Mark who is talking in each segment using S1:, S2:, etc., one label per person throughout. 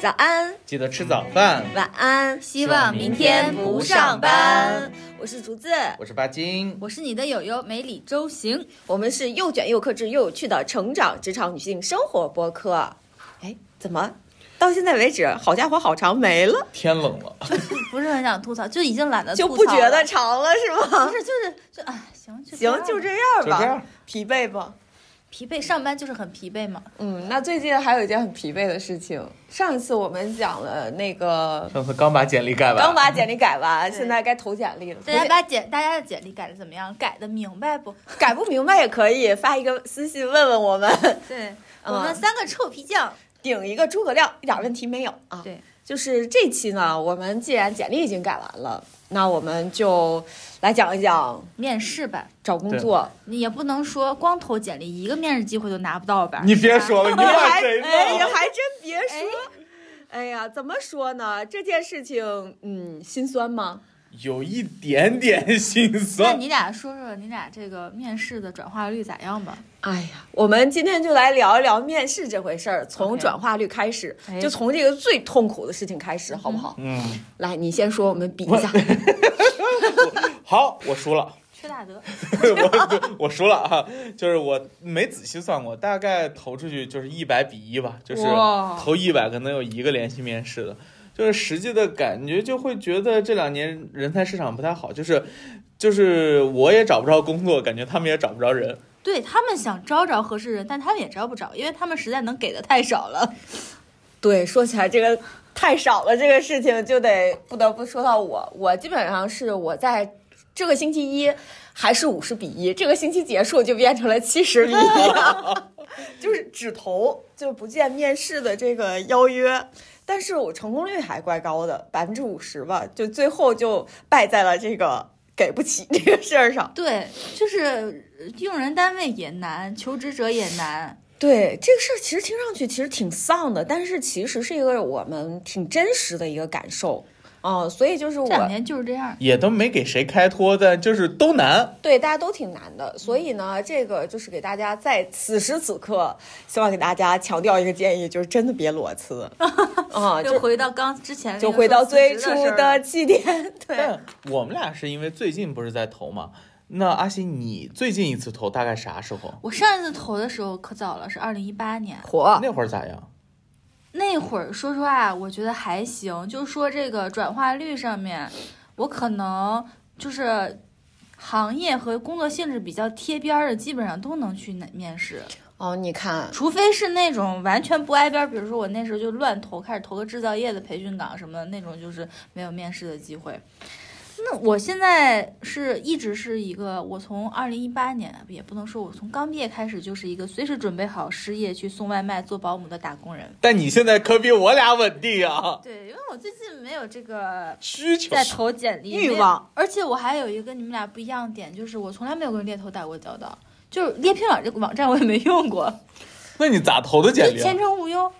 S1: 早安，
S2: 记得吃早饭。
S1: 晚安，
S3: 嗯希望明天不上班。
S1: 我是竹子，
S2: 我是巴金，
S3: 我是你的友友梅里周行，
S1: 我们是又卷又克制又有趣的成长职场女性生活播客。哎，怎么到现在为止，好家伙，好长没了，
S2: 天冷了，
S3: 不是很想吐槽，就已经懒得
S1: 就
S3: 吐
S1: 不
S3: 槽
S1: 觉
S3: 了
S1: 得长呃了是吗？
S3: 不是，就是就哎，行就
S1: 行，就这
S3: 这样
S1: 样
S2: 就
S1: 吧，
S2: 这样。
S1: 疲惫吧。
S3: 疲惫，上班就是很疲惫嘛。
S1: 嗯，那最近还有一件很疲惫的事情，上一次我们讲了那个
S2: 上次刚把简历盖完，
S1: 刚把简历改完，
S3: 对
S1: 现在该投简历了。
S3: 大家把简大家的简历改的怎么样？改的明白不？
S1: 改不明白也可以发一个私信问问我们，
S3: 对，呃
S1: 嗯
S3: 我们三个臭皮匠，
S1: 顶一个诸葛亮，一点问题没有啊。
S3: 对，
S1: 就是这期呢，我们既然简历已经改完了，那我们就来讲一讲
S3: 面试吧，
S1: 找工作。
S3: 你也不能说光投简历，一个面试机会都拿不到吧？
S2: 你别
S3: 是吧
S2: 说了，你
S1: 你
S2: 骂
S1: 还
S2: 谁
S1: 哎，你
S2: 呢？
S1: 还真别说。哎呀，怎么说呢？这件事情，嗯，心酸吗？
S2: 有一点点心
S3: 那
S2: 酸。
S3: 你俩说说你俩这个面试的转化率咋样吧？
S1: 哎呀，我们今天就来聊一聊面试这回事儿，从
S3: OK
S1: 转化率开始
S3: 哎
S1: 就从这个最痛苦的事情开始，好不好？
S2: 嗯，
S1: 来，你先说，我们比一下。
S2: 好，我输了，
S3: 缺大德，
S2: 我我输了啊！就是我没仔细算过，大概投出去就是一百比一吧，就是
S1: 哇
S2: 投一百可能有一个联系面试的，就是实际的感觉就会觉得这两年人才市场不太好，就是就是我也找不着工作，感觉他们也找不着人。
S3: 对他们想招着合适人，但他们也招不着，因为他们实在能给的太少了。
S1: 对，说起来这个太少了，这个事情就得不得不说到我，我基本上是我在这个星期一还是五十比一，这个星期结束就变成了七十比一， 就是只投就不见面试的这个邀约。但是我成功率还怪高的，百分之五十吧，就最后就败在了这个给不起这个事儿上。
S3: 对，就是用人单位也难，求职者也难。
S1: 对这个事儿，其实听上去其实挺丧的，但是其实是一个我们挺真实的一个感受。嗯，所以就是我
S3: 这两年就是这样。
S2: 也都没给谁开脱，但就是都难。
S1: 对，大家都挺难的，所以呢，这个就是给大家在此时此刻，希望给大家强调一个建议，就是真的别裸 辞啊，
S3: 就
S1: 就
S3: 回到刚之前那个
S1: 就回到
S3: 说辞
S1: 最
S3: 职
S1: 初
S3: 事儿
S1: 的
S3: 了，
S1: 起 点。对，
S2: 但我们俩是因为最近不是在投嘛？那阿西，你最近一次投大概啥时候？
S3: 我上一次投的时候可早了，是二零一八年
S1: 火
S2: 那会儿咋样？
S3: 那会儿。说实话，我觉得还行，就是说这个转化率上面，我可能就是行业和工作性质比较贴边儿的，基本上都能去那面试，
S1: 哦，你看，
S3: 除非是那种完全不挨边儿，比如说我那时候就乱投，开始投个制造业的培训岗什么的那种，就是没有面试的机会。那我现在是一直是一个，我从二零一八年也不能说我从刚毕业开始就是一个随时准备好失业去送外卖、做保姆的打工人。
S2: 但你现在可比我俩稳定啊！
S3: 对，因为我最近没有这个
S2: 需求
S3: 在投简历
S1: 欲，
S3: 没有
S1: 望
S3: 而且我还有一个你们俩不一样的点，就是我从来没有跟猎头打过交道，就是猎聘网这个网站我也没用过，
S2: 那你咋投的
S3: 就
S2: 简历啊？
S3: 哎前程无忧。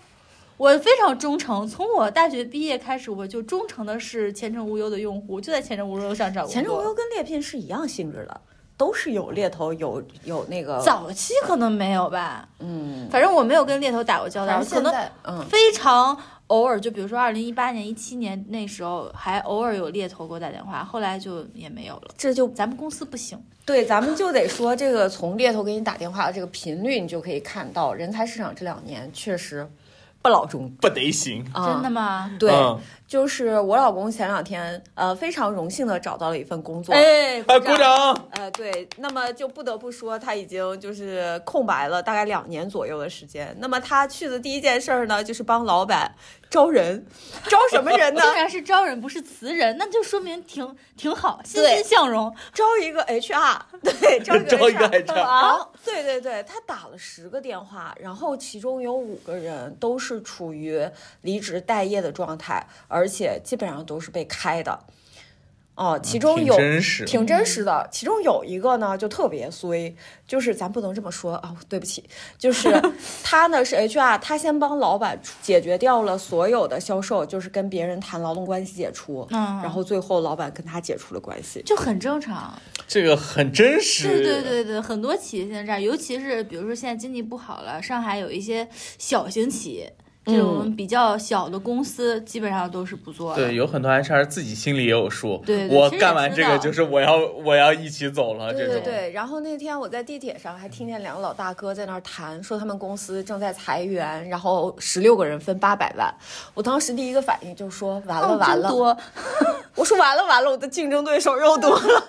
S3: 我非常忠诚，从我大学毕业开始，我就忠诚的是前程无忧的用户，就在前程无忧上找工作。
S1: 前程无忧跟猎聘是一样性质的，都是有猎头，有有那个，
S3: 早期可能没有吧，
S1: 嗯，
S3: 反正我没有跟猎头打过交道，可
S1: 现
S3: 能
S1: 在，嗯，
S3: 非常偶尔，就比如说二零一八年、一七年那时候，还偶尔有猎头给我打电话，后来就也没有了。
S1: 这就
S3: 咱们公司不行，
S1: 对，咱们就得说这个从猎头给你打电话的这个频率，你就可以看到，人才市场这两年确实不老中
S2: 不得行。
S1: 啊，
S3: 真的吗？
S1: 对，
S2: 嗯
S1: 就是我老公前两天呃非常荣幸的找到了一份工作，
S3: 哎，
S2: 哎，鼓！掌！
S1: 呃对，那么就不得不说他已经就是空白了大概两年左右的时间。那么他去的第一件事儿呢，就是帮老板招人，招什么 人呢
S3: 竟？然是招人不是辞人，那就说明挺挺好，欣
S1: 对
S3: 欣向荣。
S1: 招一个 HR，对， 招一个
S2: 招一个 HR
S1: 然后对对对，他打了十个电话，然后其中有五个人都是处于离职待业的状态，而且基本上都是被开的。哦，其中
S2: 嗯挺
S1: 有
S2: 真实
S1: 挺真实的。其中有一个呢，就特别衰，就是咱不能这么说啊、对不起，就是 他呢是 HR，他先帮老板处解决掉了所有的销售，就是跟别人谈劳动关系解除，
S3: 嗯
S1: 然后最后老板跟他解除了关系。
S3: 就很正常，
S2: 这个很真实。
S3: 对对。对对，很多企业现在这样，尤其是比如说现在经济不好了，上海有一些小型企业，这
S1: 嗯
S3: 种比较小的公司基本上都是不做的。
S2: 对，有很多 HR 自己心里也有数，
S3: 对对
S2: 我
S3: 其实
S2: 干
S3: 也
S2: 完
S3: 知
S2: 这个
S3: 道
S2: 就是我要我要一起走
S3: 啊
S2: 了
S1: 对
S2: 这
S1: 对
S2: 种。
S1: 对，然后那天我在地铁上还听见两个老大哥在那儿谈，说他们公司正在裁员，然后十六个人分八百万。我当时第一个反应就说完了
S3: 哦
S1: 完
S3: 真
S1: 了，
S3: 多，
S1: 我说完了完了，我的竞争对手又多 了。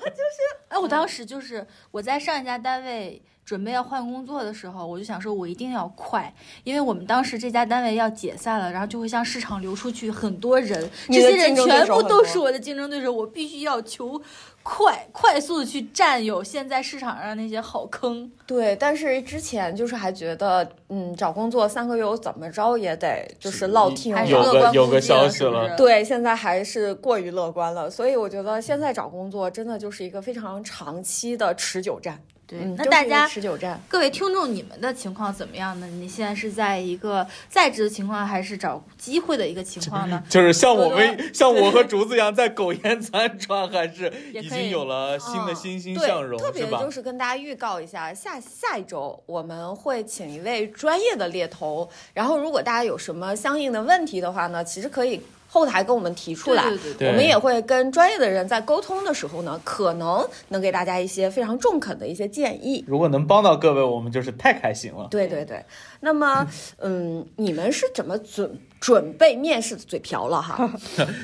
S3: 哎，我当时就是我在上一家单位准备要换工作的时候，我就想说，我一定要快，因为我们当时这家单位要解散了，然后就会向市场流出去很多人，
S1: 你
S3: 这
S1: 的
S3: 些人
S1: 竞争对
S3: 全
S1: 手
S3: 部
S1: 很
S3: 都
S1: 多
S3: 是我的竞争对手，我必须要求快，快速的去占有现在市场上那些好坑。
S1: 对，但是之前就是还觉得，嗯，找工作三个月我怎么着也得就是落听
S3: 还是
S2: 有
S3: 乐
S2: 个
S3: 观
S2: 有
S3: 估
S2: 个
S3: 计
S2: 消
S3: 了
S2: 息
S3: 是不
S2: 了
S3: 是
S1: 对，现在还是过于乐观了，所以我觉得现在找工作真的就是一个非常长期的持久战。
S3: 对，
S1: 嗯，就
S3: 那
S1: 是
S3: 大
S1: 一个
S3: 家
S1: 持久战。
S3: 各位听众，你们的情况怎么样呢？你现在是在一个在职的情况，还是找机会的一个情况呢？
S2: 就是像我
S3: 多
S2: 们，像我和竹子一样，在苟延残喘，还是
S3: 也
S2: 已
S3: 可以
S2: 经有了新的
S1: 嗯
S2: 欣欣
S1: 对
S2: 向荣，
S1: 特别
S2: 是吧
S1: 就？是跟大家预告一下，下下一周我们会请一位专业的猎头，然后如果大家有什么相应的问题的话呢，其实可以后台跟我们提出来。
S3: 对对
S2: 对
S1: 我们也会跟专业的人在沟通的时候呢，可能能给大家一些非常中肯的一些建议。
S2: 如果能帮到各位，我们就是太开心了。
S1: 对对对，那 么，嗯，你们是怎么准准备面试的？嘴瓢了 哈，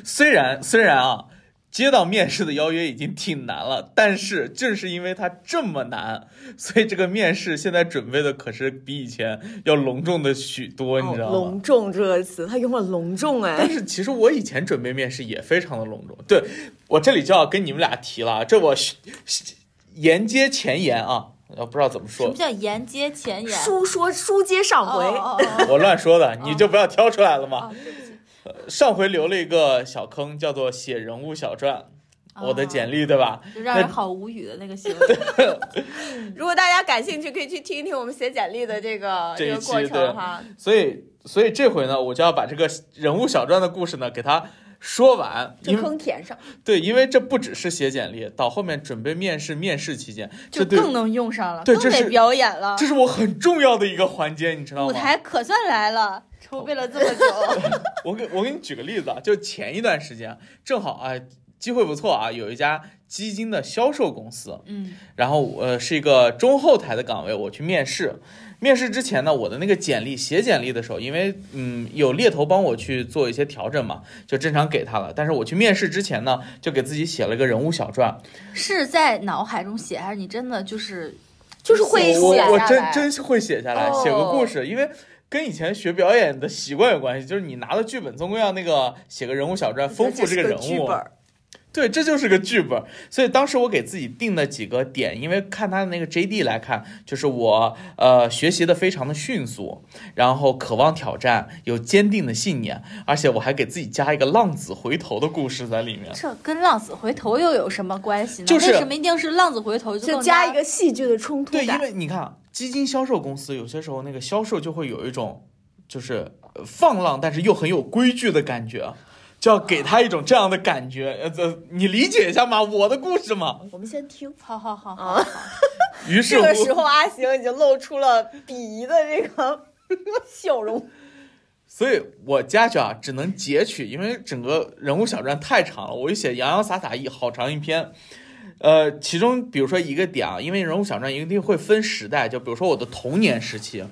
S2: 虽然虽然啊，接到面试的邀约已经挺难了，但是正是因为它这么难，所以这个面试现在准备的可是比以前要隆重的许多，你知道吗？
S1: 哦隆重这个词，他用了隆重哎
S2: 但，是其实我以前准备面试也非常的隆重，对我这里就要跟你们俩提了啊，这我是是沿接前言啊，呃不知道怎么
S3: 什么
S2: 说，
S3: 叫沿接前 沿？
S1: 书说书接上
S3: 哦
S1: 回，
S3: 哦哦哦
S2: 我乱说的，你就不要挑出来了嘛。呃
S3: 哦，对不起
S2: 上回留了一个小坑，叫做写人物小传，
S3: 哦
S2: 我的简历对吧？
S3: 就让人好无语的那个行为。
S1: 如果大家感兴趣，可以去听一听我们写简历的这
S3: 啊
S1: 个
S2: 这一
S1: 个过
S2: 期对
S1: 程哈。
S2: 所以，所以这回呢，我就要把这个人物小传的故事呢，给它说完。
S1: 这
S2: 因为
S1: 坑填上，
S2: 对，因为这不只是写简历，到后面准备面试，面试期间，这
S3: 就
S2: 对，
S3: 更能用上了，
S2: 对
S3: 更
S2: 这是
S3: 得表演了
S2: 这，是我很重要的一个环节，你知道
S3: 舞
S2: 吗？
S3: 台可算来了，筹备了这么久，
S2: 我给我给你举个例子啊，就前一段时间，正好啊，机会不错啊，有一家基金的销售公司，
S3: 嗯，
S2: 然后我呃是一个中后台的岗位，我去面试。面试之前呢，我的那个简历写简历的时候，因为嗯有猎头帮我去做一些调整嘛，就正常给他了。但是我去面试之前呢，就给自己写了一个人物小传，
S3: 是在脑海中写，还是你真的就是
S1: 就是会
S2: 我
S1: 写
S2: 我
S1: 下
S2: 真
S1: 来。
S2: 真是会写下来，
S1: 哦
S2: 写个故事，因为。跟以前学表演的习惯有关系，就是你拿到剧本，总归要那个写个人物小传，丰富这
S1: 是
S2: 人
S1: 剧
S2: 物。啊
S1: 本，
S2: 对，这就是个剧本。所以当时我给自己定的几个点，因为看他的那个 JD 来看，就是我呃学习的非常的迅速，然后渴望挑战，有坚定的信念，而且我还给自己加一个浪子回头的故事在里面。
S3: 这跟浪子回头又有什么关系呢？
S2: 就是
S3: 为什么一定是浪子回头就
S1: 就
S3: 更
S1: 加一个戏剧的冲突
S2: 对，因
S1: 感。
S2: 为你看基金销售公司有些时候那个销售就会有一种就是呃放浪，但是又很有规矩的感觉。就要给他一种这样的感觉，呃，这你理解一下嘛，我的故事嘛。
S1: 我们先听。
S3: 好好好好
S1: 啊，
S2: 于是
S1: 这
S2: 乎，
S1: 个时候，阿行已经露出了鄙夷的这个笑容。
S2: 所以我家去啊，只能截取，因为整个人物小传太长了，我就写洋洋洒洒一好长一篇。呃，其中比如说一个点啊，因为人物小传一定会分时代，就比如说我的童年时期，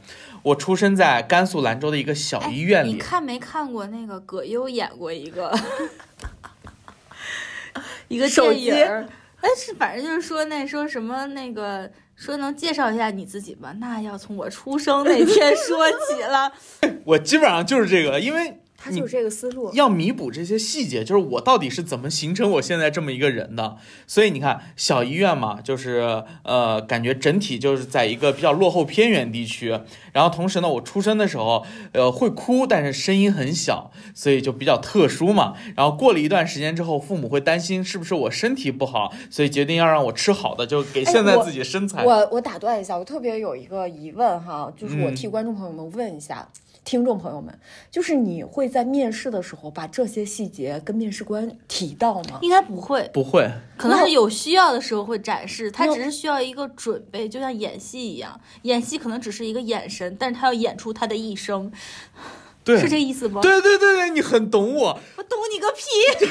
S2: 我出生在甘肃兰州的一个小医院
S3: 哎你
S2: 里，
S3: 看没看过那个葛优演过一个 一个
S1: 手
S3: 电
S1: 机
S3: 影儿？哎，是反正就是说那说什么那个说能介绍一下你自己吗？那要从我出生 那天说起了。
S2: 我基本上就是这个，因为
S1: 他
S2: 你
S1: 就是这个思路，
S2: 要弥补这些细节，就是我到底是怎么形成我现在这么一个人的。所以你看，小医院嘛，就是呃，感觉整体就是在一个比较落后偏远地区。然后同时呢，我出生的时候，呃，会哭，但是声音很小，所以就比较特殊嘛。然后过了一段时间之后，父母会担心是不是我身体不好，所以决定要让我吃好的，就给
S3: 哎
S2: 现在
S1: 我
S2: 自己身材。
S1: 我我打断一下，我特别有一个疑问哈，就是我
S2: 嗯
S1: 替观众朋友们问一下，听众朋友们，就是你会在面试的时候把这些细节跟面试官提到吗？
S3: 应该不会，
S2: 不会，
S3: 可能
S1: 那
S3: 是有需要的时候会展示，他
S1: 那
S3: 只是需要一个准备，就像演戏一样，演戏可能只是一个眼神，但是他要演出他的一生。
S2: 对，
S3: 是这意思不？
S2: 对对对对，你很懂我，
S3: 我懂你个屁！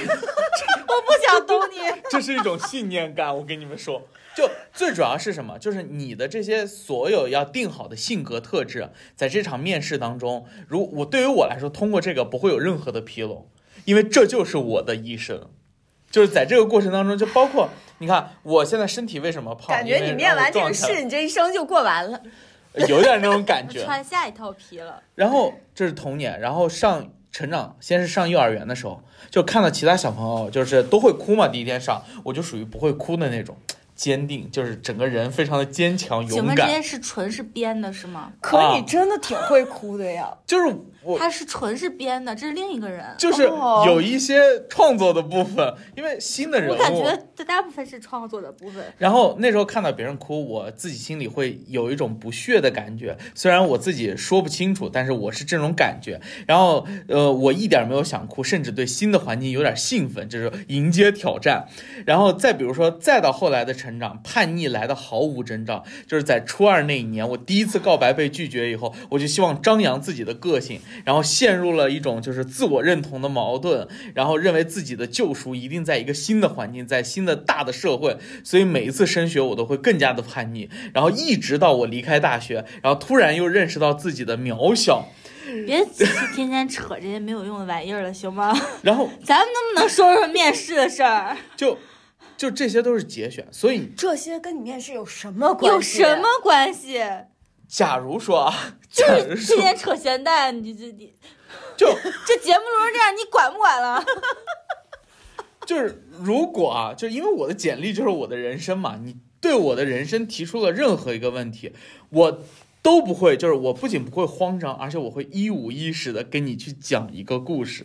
S3: 我不想懂你。
S2: 这是一种信念感。我跟你们说，就最主要是什么？就是你的这些所有要定好的性格特质，在这场面试当中，如我对于我来说，通过这个不会有任何的纰漏，因为这就是我的一生。就是在这个过程当中，就包括你看，我现在身体为什么胖？
S1: 感觉你念完这个试，你这一生就过完了。
S2: 因为让我撞墙，有点那种感觉。
S3: 穿下一套皮了，
S2: 然后这是童年，然后上成长，先是上幼儿园的时候，就看到其他小朋友就是都会哭嘛，第一天上，我就属于不会哭的那种，坚定，就是整个人非常的坚强
S3: 请
S2: 勇
S3: 问这
S2: 敢，
S3: 些是纯是编的，是吗？
S1: 可
S2: 啊
S1: 你真的挺会哭的呀，
S2: 就是我。
S3: 他是纯是编的，这是另一个人。
S2: 就是
S1: 哦
S2: 有一些创作的部分，因为新的人
S3: 我感
S2: 物，
S3: 觉这大部分是创作的部分。
S2: 然后那时候看到别人哭，我自己心里会有一种不屑的感觉，虽然我自己说不清楚，但是我是这种感觉。然后呃，我一点没有想哭，甚至对新的环境有点兴奋，就是迎接挑战。然后再比如说，再到后来的成长，叛逆来的毫无征兆，就是在初二那一年，我第一次告白被拒绝以后，我就希望张扬自己的个性，然后陷入了一种就是自我认同的矛盾，然后认为自己的救赎一定在一个新的环境，在新的大的社会，所以每一次升学我都会更加的叛逆，然后一直到我离开大学，然后突然又认识到自己的渺小，
S3: 别天天扯这些没有用的玩意儿了，行吗？
S2: 然后
S3: 咱们能不能说说面试的事儿？
S2: 就就这些都是节选，所以
S1: 这些跟你面试有什么
S3: 有
S1: 关系？
S3: 什么？关啊 系？
S2: 假如说啊，
S3: 就
S2: 假如
S3: 是天
S2: 说
S3: 天扯闲蛋，你这你
S2: 就
S3: 这节目录成这样，你管不管了？
S2: 就是如果啊，就是因为我的简历就是我的人生嘛，你对我的人生提出了任何一个问题，我都不会，就是我不仅不会慌张，而且我会一五一十的跟你去讲一个故事。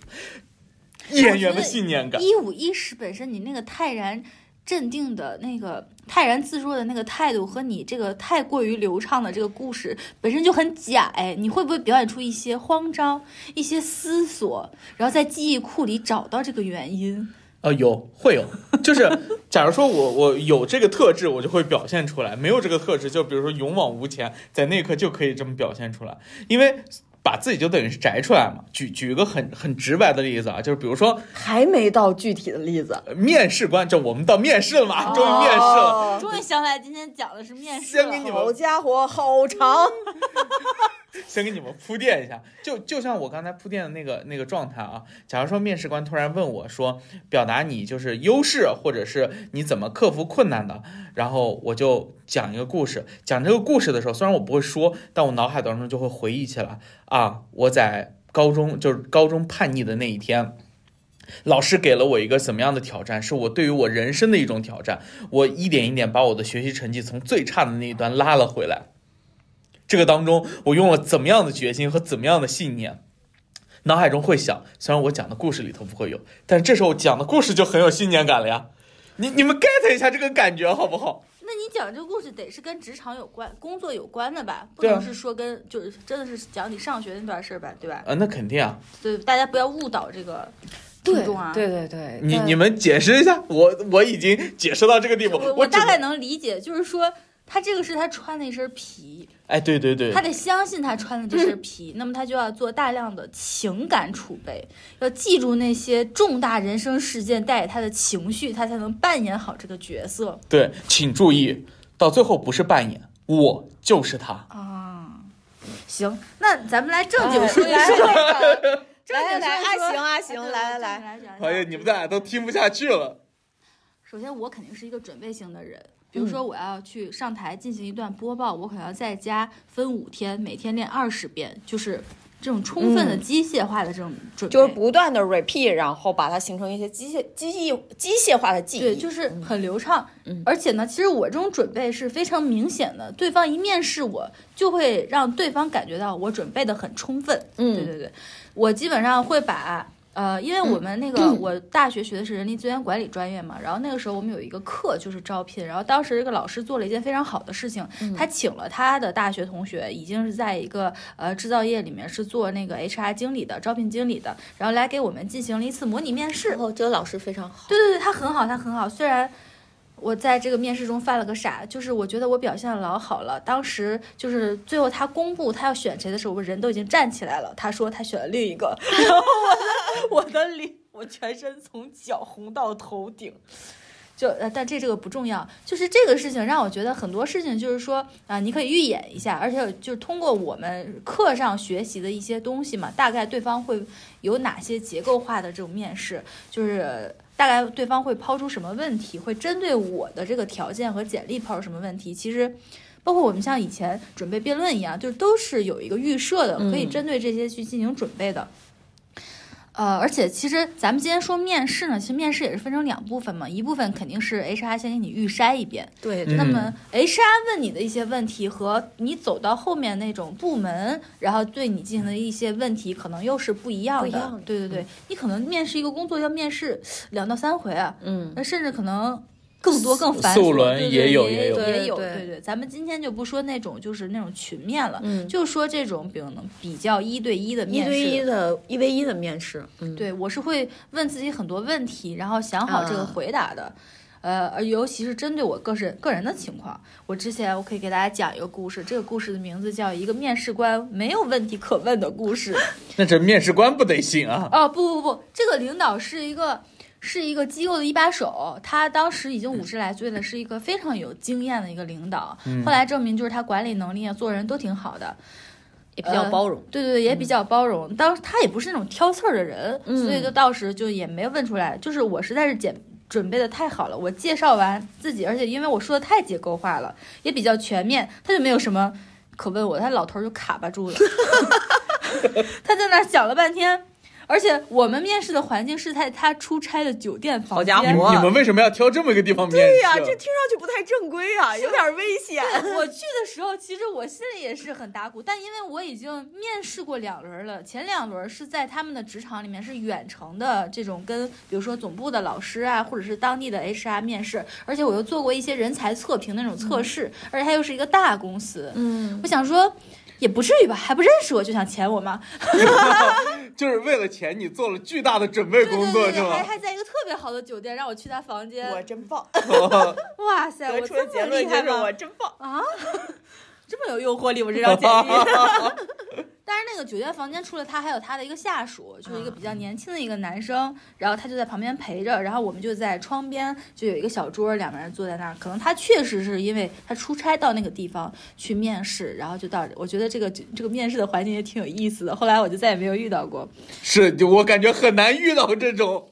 S2: 演员的信念感，
S3: 一五一十本身，你那个泰然镇定的那个泰然自若的那个态度，和你这个太过于流畅的这个故事本身就很假哎，你会不会表演出一些慌张、一些思索，然后在记忆库里找到这个原因？
S2: 呃，有会有，就是假如说我我有这个特质，我就会表现出来；没有这个特质，就比如说勇往无前，在那一刻就可以这么表现出来，因为把自己就等于是摘出来嘛。举举一个很很直白的例子啊，就是比如说
S1: 还没到具体的例子。
S2: 呃面试官，这我们到面试了嘛，终于面试了。
S1: 哦
S3: 终于想起来今天讲的是面试
S2: 先给
S3: 了。
S2: 你们
S1: 好家伙，好长！
S2: 先给你们铺垫一下，就就像我刚才铺垫的那个那个状态啊。假如说面试官突然问我说，表达你就是优势，或者是你怎么克服困难的，然后我就讲一个故事。讲这个故事的时候，虽然我不会说，但我脑海当中就会回忆起来啊，我在高中就是高中叛逆的那一天。老师给了我一个怎么样的挑战？是我对于我人生的一种挑战。我一点一点把我的学习成绩从最差的那一端拉了回来。这个当中，我用了怎么样的决心和怎么样的信念，脑海中会想，虽然我讲的故事里头不会有，但是这时候讲的故事就很有信念感了呀。你你们 get 一下这个感觉好不好？
S3: 那你讲这个故事得是跟职场有关、工作有关的吧？不
S2: 对啊
S3: 能是说跟就是真的是讲你上学那段事儿吧，对吧？
S2: 啊，那肯定啊，
S3: 对，大家不要误导这个听众啊。
S1: 对对对，
S2: 你
S1: 但
S2: 你们解释一下，我我已经解释到这个地步，
S3: 我
S2: 我
S3: 我
S2: 只
S3: 大概
S2: 能
S3: 能理解，就是说他这个是他穿的一身皮，
S2: 哎，对对对
S3: 他，得相信他穿的这
S1: 嗯
S3: 身皮，那么他就要做大量的情感储备，要记住那些重大人生事件带给他的情绪，他才能扮演好这个角色
S2: 对，请注意，到最后不是扮演，我就是他。
S3: 啊。行，那咱们来正经说一
S1: 哎
S3: 说，正
S1: 来来
S3: 经
S1: 来，
S3: 说一
S1: 啊
S3: 说
S1: 行啊行，来来
S3: 来
S1: 来，
S3: 讲一讲
S2: 哎呀，你们俩都听不下去了。
S3: 首先，我肯定是一个准备型的人。比
S1: 嗯
S3: 如说，我要去上台进行一段播报，我可能要在家分五天，每天练二十遍，就是这种充分的
S1: 嗯
S3: 机械化的这种准备，
S1: 就是不断的 repeat，然后把它形成一些机械、机械、机械化的记忆。
S3: 对，就是很流畅。
S1: 嗯
S3: 而且呢，其实我这种准备是非常明显的，对方一面试我，就会让对方感觉到我准备的很充分。
S1: 嗯
S3: 对对对，我基本上会把。呃，因为我们那
S1: 嗯
S3: 个、我大学学的是人力资源管理专业嘛，然后那个时候我们有一个课就是招聘，然后当时这个老师做了一件非常好的事情，
S1: 嗯
S3: 他请了他的大学同学，已经是在一个呃制造业里面是做那个 HR 经理的、招聘经理的，然后来给我们进行了一次模拟面试
S1: 然。后这个老师非常好。
S3: 对对对，他很好，他很好。虽然我在这个面试中犯了个傻，就是我觉得我表现老好了。当时就是最后他公布他要选谁的时候，我人都已经站起来了。他说他选了另一个，然后我的我的脸， 我全身从脚红到头顶。就呃，但这这个不重要，就是这个事情让我觉得很多事情就是说啊、你可以预演一下，而且就是通过我们课上学习的一些东西嘛，大概对方会有哪些结构化的这种面试，就是大概对方会抛出什么问题，会针对我的这个条件和简历抛出什么问题，其实。包括我们像以前准备辩论一样，就是都是有一个预设的，可以
S1: 嗯
S3: 针对这些去进行准备的。呃，而且其实咱们今天说面试呢，其实面试也是分成两部分嘛，一部分肯定是 HR 先给你预筛一遍，
S1: 对
S2: 嗯
S3: 那么 HR 哎问你的一些问题和你走到后面那种部门，然后对你进行的一些问题，可能又是不一样的。
S1: 不一样的嗯
S3: 对对对，你可能面试一个工作要面试两到三回啊，
S1: 嗯，
S3: 那甚至可能更多更繁琐。
S2: 四五轮
S3: 对对
S2: 也有
S3: 也
S2: 也有
S3: 也有，
S1: 对
S3: 对
S1: 对
S3: 对。咱们今天就不说那种就是那种群面了，
S1: 嗯
S3: 就说这种比比较一对一的
S1: 一
S3: 面试。
S1: 对一的一 v 一的面试，嗯，
S3: 对我是会问自己很多问题，然后想好这个
S1: 啊
S3: 回答的。呃，而尤其是针对我个人个人的情况，我之前我可以给大家讲一个故事，这个故事的名字叫《一个面试官没有问题可问的 故事》。
S2: 那这面试官不得行啊！
S3: 哦，不不不，这个领导是一个是一个机构的一把手，他当时已经五十来岁了，是一个非常有经验的一个领导。
S2: 嗯
S3: 后来证明就是他管理能力啊，做人都挺好的。
S1: 也比较包容。
S3: 对对对，也比较包容。当时他也不是那种挑刺儿的人，
S1: 嗯
S3: 所以就到时就也没问出来。就是我实在是简准备的太好了，我介绍完自己，而且因为我说的太结构化了，也比较全面，他就没有什么可问我的，他老头儿就卡巴住了， 他在那儿讲了半天。而且我们面试的环境是在他出差的酒店房
S1: 好
S3: 间，
S1: 家伙
S2: 你们你们为什么要挑这么一个地方面试？对
S1: 对呀、这听上去不太正规啊，有点危险。
S3: 我去的时候，其实我心里也是很打鼓，但因为我已经面试过两轮了，前两轮是在他们的职场里面是远程的这种跟，比如说总部的老师啊，或者是当地的 HR 面试，而且我又做过一些人才测评那种测试，而且它又是一个大公司，
S1: 嗯，
S3: 我想说。也不至于吧，还不认识我就想潜我吗？
S2: 就是为了钱，你做了巨大的准备
S3: 对
S2: 工作
S3: 对对对，还
S2: 是
S3: 还在一个特别好的酒店让我去他房间，
S1: 我真棒，
S2: 吗？
S3: 哇塞，
S1: 得
S3: 哎我
S1: 出的
S3: 这
S1: 结
S3: 么
S1: 论
S3: 厉
S1: 就
S3: 害
S1: 是
S3: 吗？
S1: 我真棒。
S3: 这么有诱惑力，我这张简历。 但是那个酒店房间除了他，还有他的一个下属，就是一个比较年轻的一个男生，然后他就在旁边陪着，然后我们就在窗边就有一个小桌，两个人坐在那儿。可能他确实是因为他出差到那个地方去面试，然后就到。我觉得这个这个面试的环境也挺有意思的，后来我就再也没有遇到过。
S2: 是，就我感觉很难遇到这种。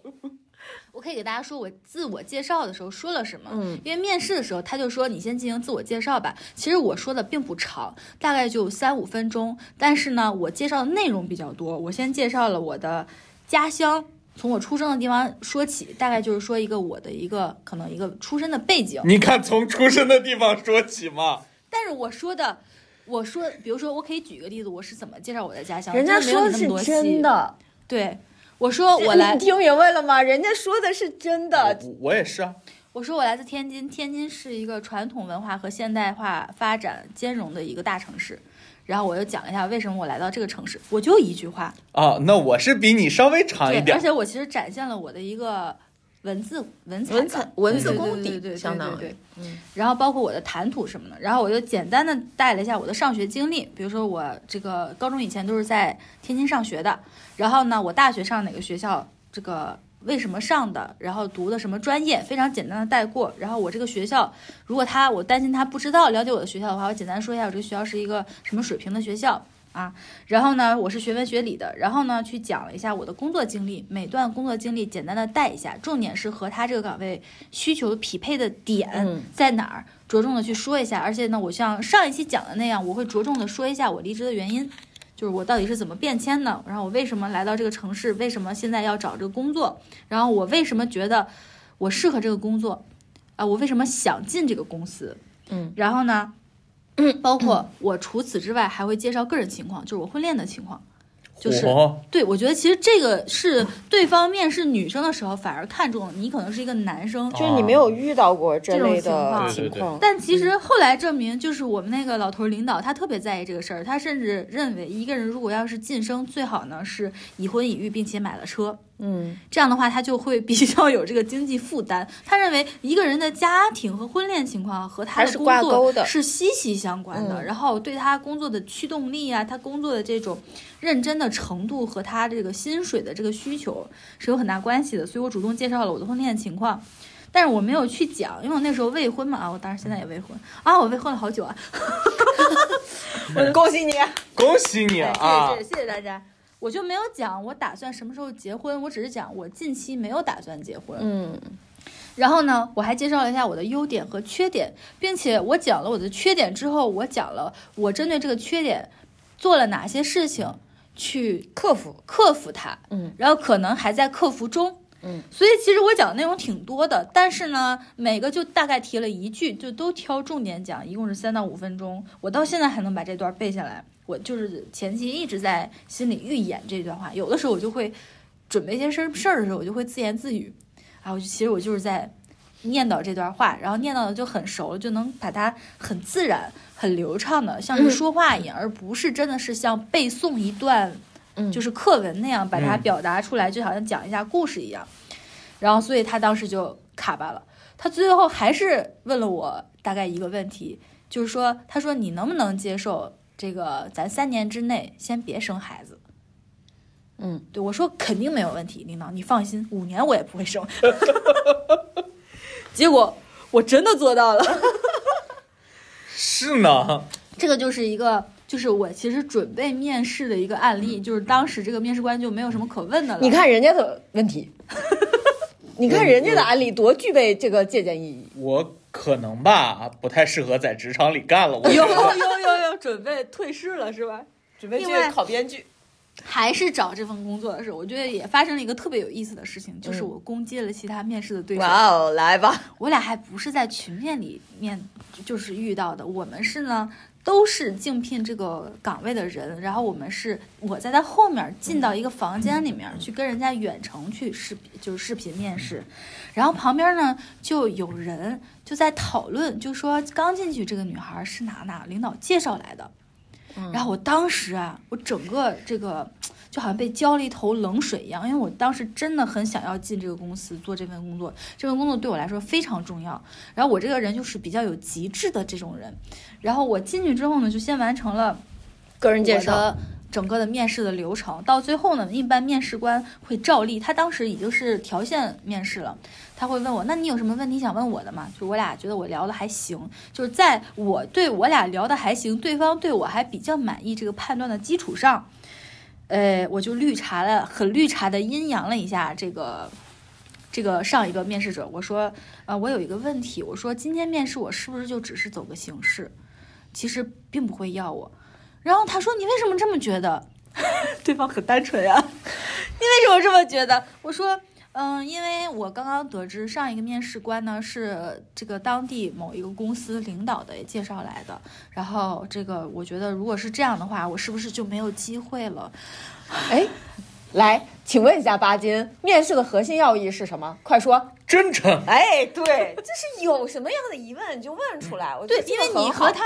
S3: 我可以给大家说我自我介绍的时候说了什么。
S1: 嗯
S3: 因为面试的时候他就说你先进行自我介绍吧。其实我说的并不长，大概就三五分钟，但是呢，我介绍的内容比较多。我先介绍了我的家乡。从我出生的地方说起，大概就是说一个我的一个可能一个出身的背景，
S2: 你看，从出生的地方说起嘛，
S3: 但是我说的，我说，比如说，我可以举一个例子，我是怎么介绍我的家乡，
S1: 人家
S3: 真的没有
S1: 说的
S3: 你
S1: 是
S3: 那么多
S1: 真
S3: 细，
S1: 的，
S3: 对，我说我来
S1: 你听明白了吗？人家说的是真的，
S2: 我我也是啊，
S3: 我说我来自天津，天津是一个传统文化和现代化发展兼容的一个大城市。然后我又讲了一下为什么我来到这个城市，我就一句话，
S2: 啊，那我是比你稍微长啊一
S3: 对，
S2: 点
S3: 而，且我其实展现了我的一个文字文采
S1: 文
S3: 感
S1: 采文字
S3: 对对
S1: 功
S3: 对对对
S1: 底
S3: 对
S1: 相当
S3: 对
S1: 于，嗯
S3: 然后包括我的谈吐什么的，然后我就简单的带了一下我的上学经历，比如说我这个高中以前都是在天津上学的，然后呢，我大学上哪个学校，这个为什么上的，然后读的什么专业，非常简单的带过。然后我这个学校，如果他我担心他不知道了解我的学校的话，我简单说一下我这个学校是一个什么水平的学校。啊，然后呢，我是学文学理的，然后呢，去讲了一下我的工作经历，每段工作经历简单的带一下，重点是和他这个岗位需求匹配的点，
S1: 嗯
S3: 在哪儿，着重的去说一下。而且呢，我像上一期讲的那样，我会着重的说一下我离职的原因，就是我到底是怎么变迁的，然后我为什么来到这个城市，为什么现在要找这个工作，然后我为什么觉得我适合这个工作，啊，我为什么想进这个公司，
S1: 嗯，
S3: 然后呢，包括我除此之外还会介绍个人情况，就是我婚恋的情况。就是
S2: 我
S3: 对，我觉得其实这个是对方面试女生的时候反而看中了你，可能是一个男生，
S1: 就是你没有遇到过这类
S3: 这种
S1: 的
S2: 情
S1: 情
S2: 况
S1: 况，
S3: 但其实后来证明，就是我们那个老头儿领导，他特别在意这个事儿，他甚至认为一个人如果要是晋升，最好呢是已婚已育，并且买了车。
S1: 嗯，
S3: 这样的话，他就会比较有这个经济负担。 他认为一个人的家庭和婚恋情况和他
S1: 还是
S3: 工
S1: 挂钩
S3: 作
S1: 的
S3: 是息息相关的，
S1: 嗯
S3: 然后对他工作的驱动力啊，他工作的这种认真的程度和他这个薪水的这个需求是有很大关系的。所以我主动介绍了我的婚恋情况。但是我没有去讲，因为我那时候未婚嘛，啊，我当然现在也未婚 啊，我未婚了好久啊，
S1: 嗯恭喜你，啊
S2: 恭喜你
S3: 哎
S2: 啊！
S3: 谢谢谢谢大家。我就没有讲我打算什么时候结婚，我只是讲我近期没有打算结婚。
S1: 嗯
S3: 然后呢，我还介绍了一下我的优点和缺点，并且我讲了我的缺点之后，我讲了我针对这个缺点做了哪些事情去
S1: 克服，
S3: 克服它，
S1: 嗯，
S3: 然后可能还在克服中，
S1: 嗯，
S3: 所以其实我讲的内容挺多的，但是呢，每个就大概提了一句，就都挑重点讲，一共是三到五分钟，我到现在还能把这段背下来，我就是前期一直在心里预演这段话，有的时候我就会准备一些事儿事儿的时候，我就会自言自语，啊，我就其实我就是在。念叨这段话，然后念叨的就很熟了，就能把它很自然、很流畅的，像是说话一样，而不是真的是像背诵一段
S1: 嗯
S3: 就是课文那样把它
S2: 嗯
S3: 表达出来，就好像讲一下故事一样。然后，所以他当时就卡巴了。他最后还是问了我大概一个问题，就是说，他说你能不能接受这个咱三年之内先别生孩子？
S1: 嗯，
S3: 对我说肯定没有问题，领导你放心，五年我也不会生。 结果我真的做到了。
S2: 是呢，
S3: 这个就是一个，就是我其实准备面试的一个案例，就是当时这个面试官就没有什么可问的了。
S1: 你，看人家的问题，你看人家的案例多具备这个借鉴意义。
S2: 我可能吧不太适合在职场里干了。我
S3: 有
S2: 觉得
S3: 有有有准备退市了是吧？
S1: 准备
S3: 另外
S1: 考编剧，
S3: 还是找这份工作的时候，我觉得也发生了一个特别有意思的事情，就是我攻击了其他面试的对手。
S1: 哇哦，来吧，
S3: 我俩还不是在群面里面就是遇到的，我们是呢都是竞聘这个岗位的人，然后我们是我在他后面进到一个房间里面去跟人家远程去视频就是视频面试，然后旁边呢就有人就在讨论，就说刚进去这个女孩是哪哪领导介绍来的，
S1: 嗯
S3: 然后我当时啊，我整个这个。就好像被浇了一头冷水一样，因为我当时真的很想要进这个公司做这份工作，这份工作对我来说非常重要。然后我这个人就是比较有极致的这种人，然后我进去之后呢，就先完成了
S1: 个人
S3: 我
S1: 介绍，
S3: 的整个的面试的流程。到最后呢，一般面试官会照例，他当时已经是条线面试了，他会问我，那你有什么问题想问我的吗？就是我俩觉得我聊的还行，就是在我对我俩聊的还行，对方对我还比较满意这个判断的基础上，呃，我就绿茶了，很绿茶的阴阳了一下这个。这个上一个面试者，我说，啊、我有一个问题，我说今天面试我是不是就只是走个形式，其实并不会要我。然后他说：“你为什么这么觉得？” 对方很单纯呀、你为什么这么觉得？我说：“嗯，因为我刚刚得知上一个面试官呢是这个当地某一个公司领导的介绍来的，然后这个我觉得如果是这样的话，我是不是就没有机会了？
S1: 哎。来，请问一下巴金，面试的核心要义是什么？快说！
S2: 真诚，
S1: 哎，对，嗯就是有什么样的疑问你就问出来。我
S3: 对，因为你和他，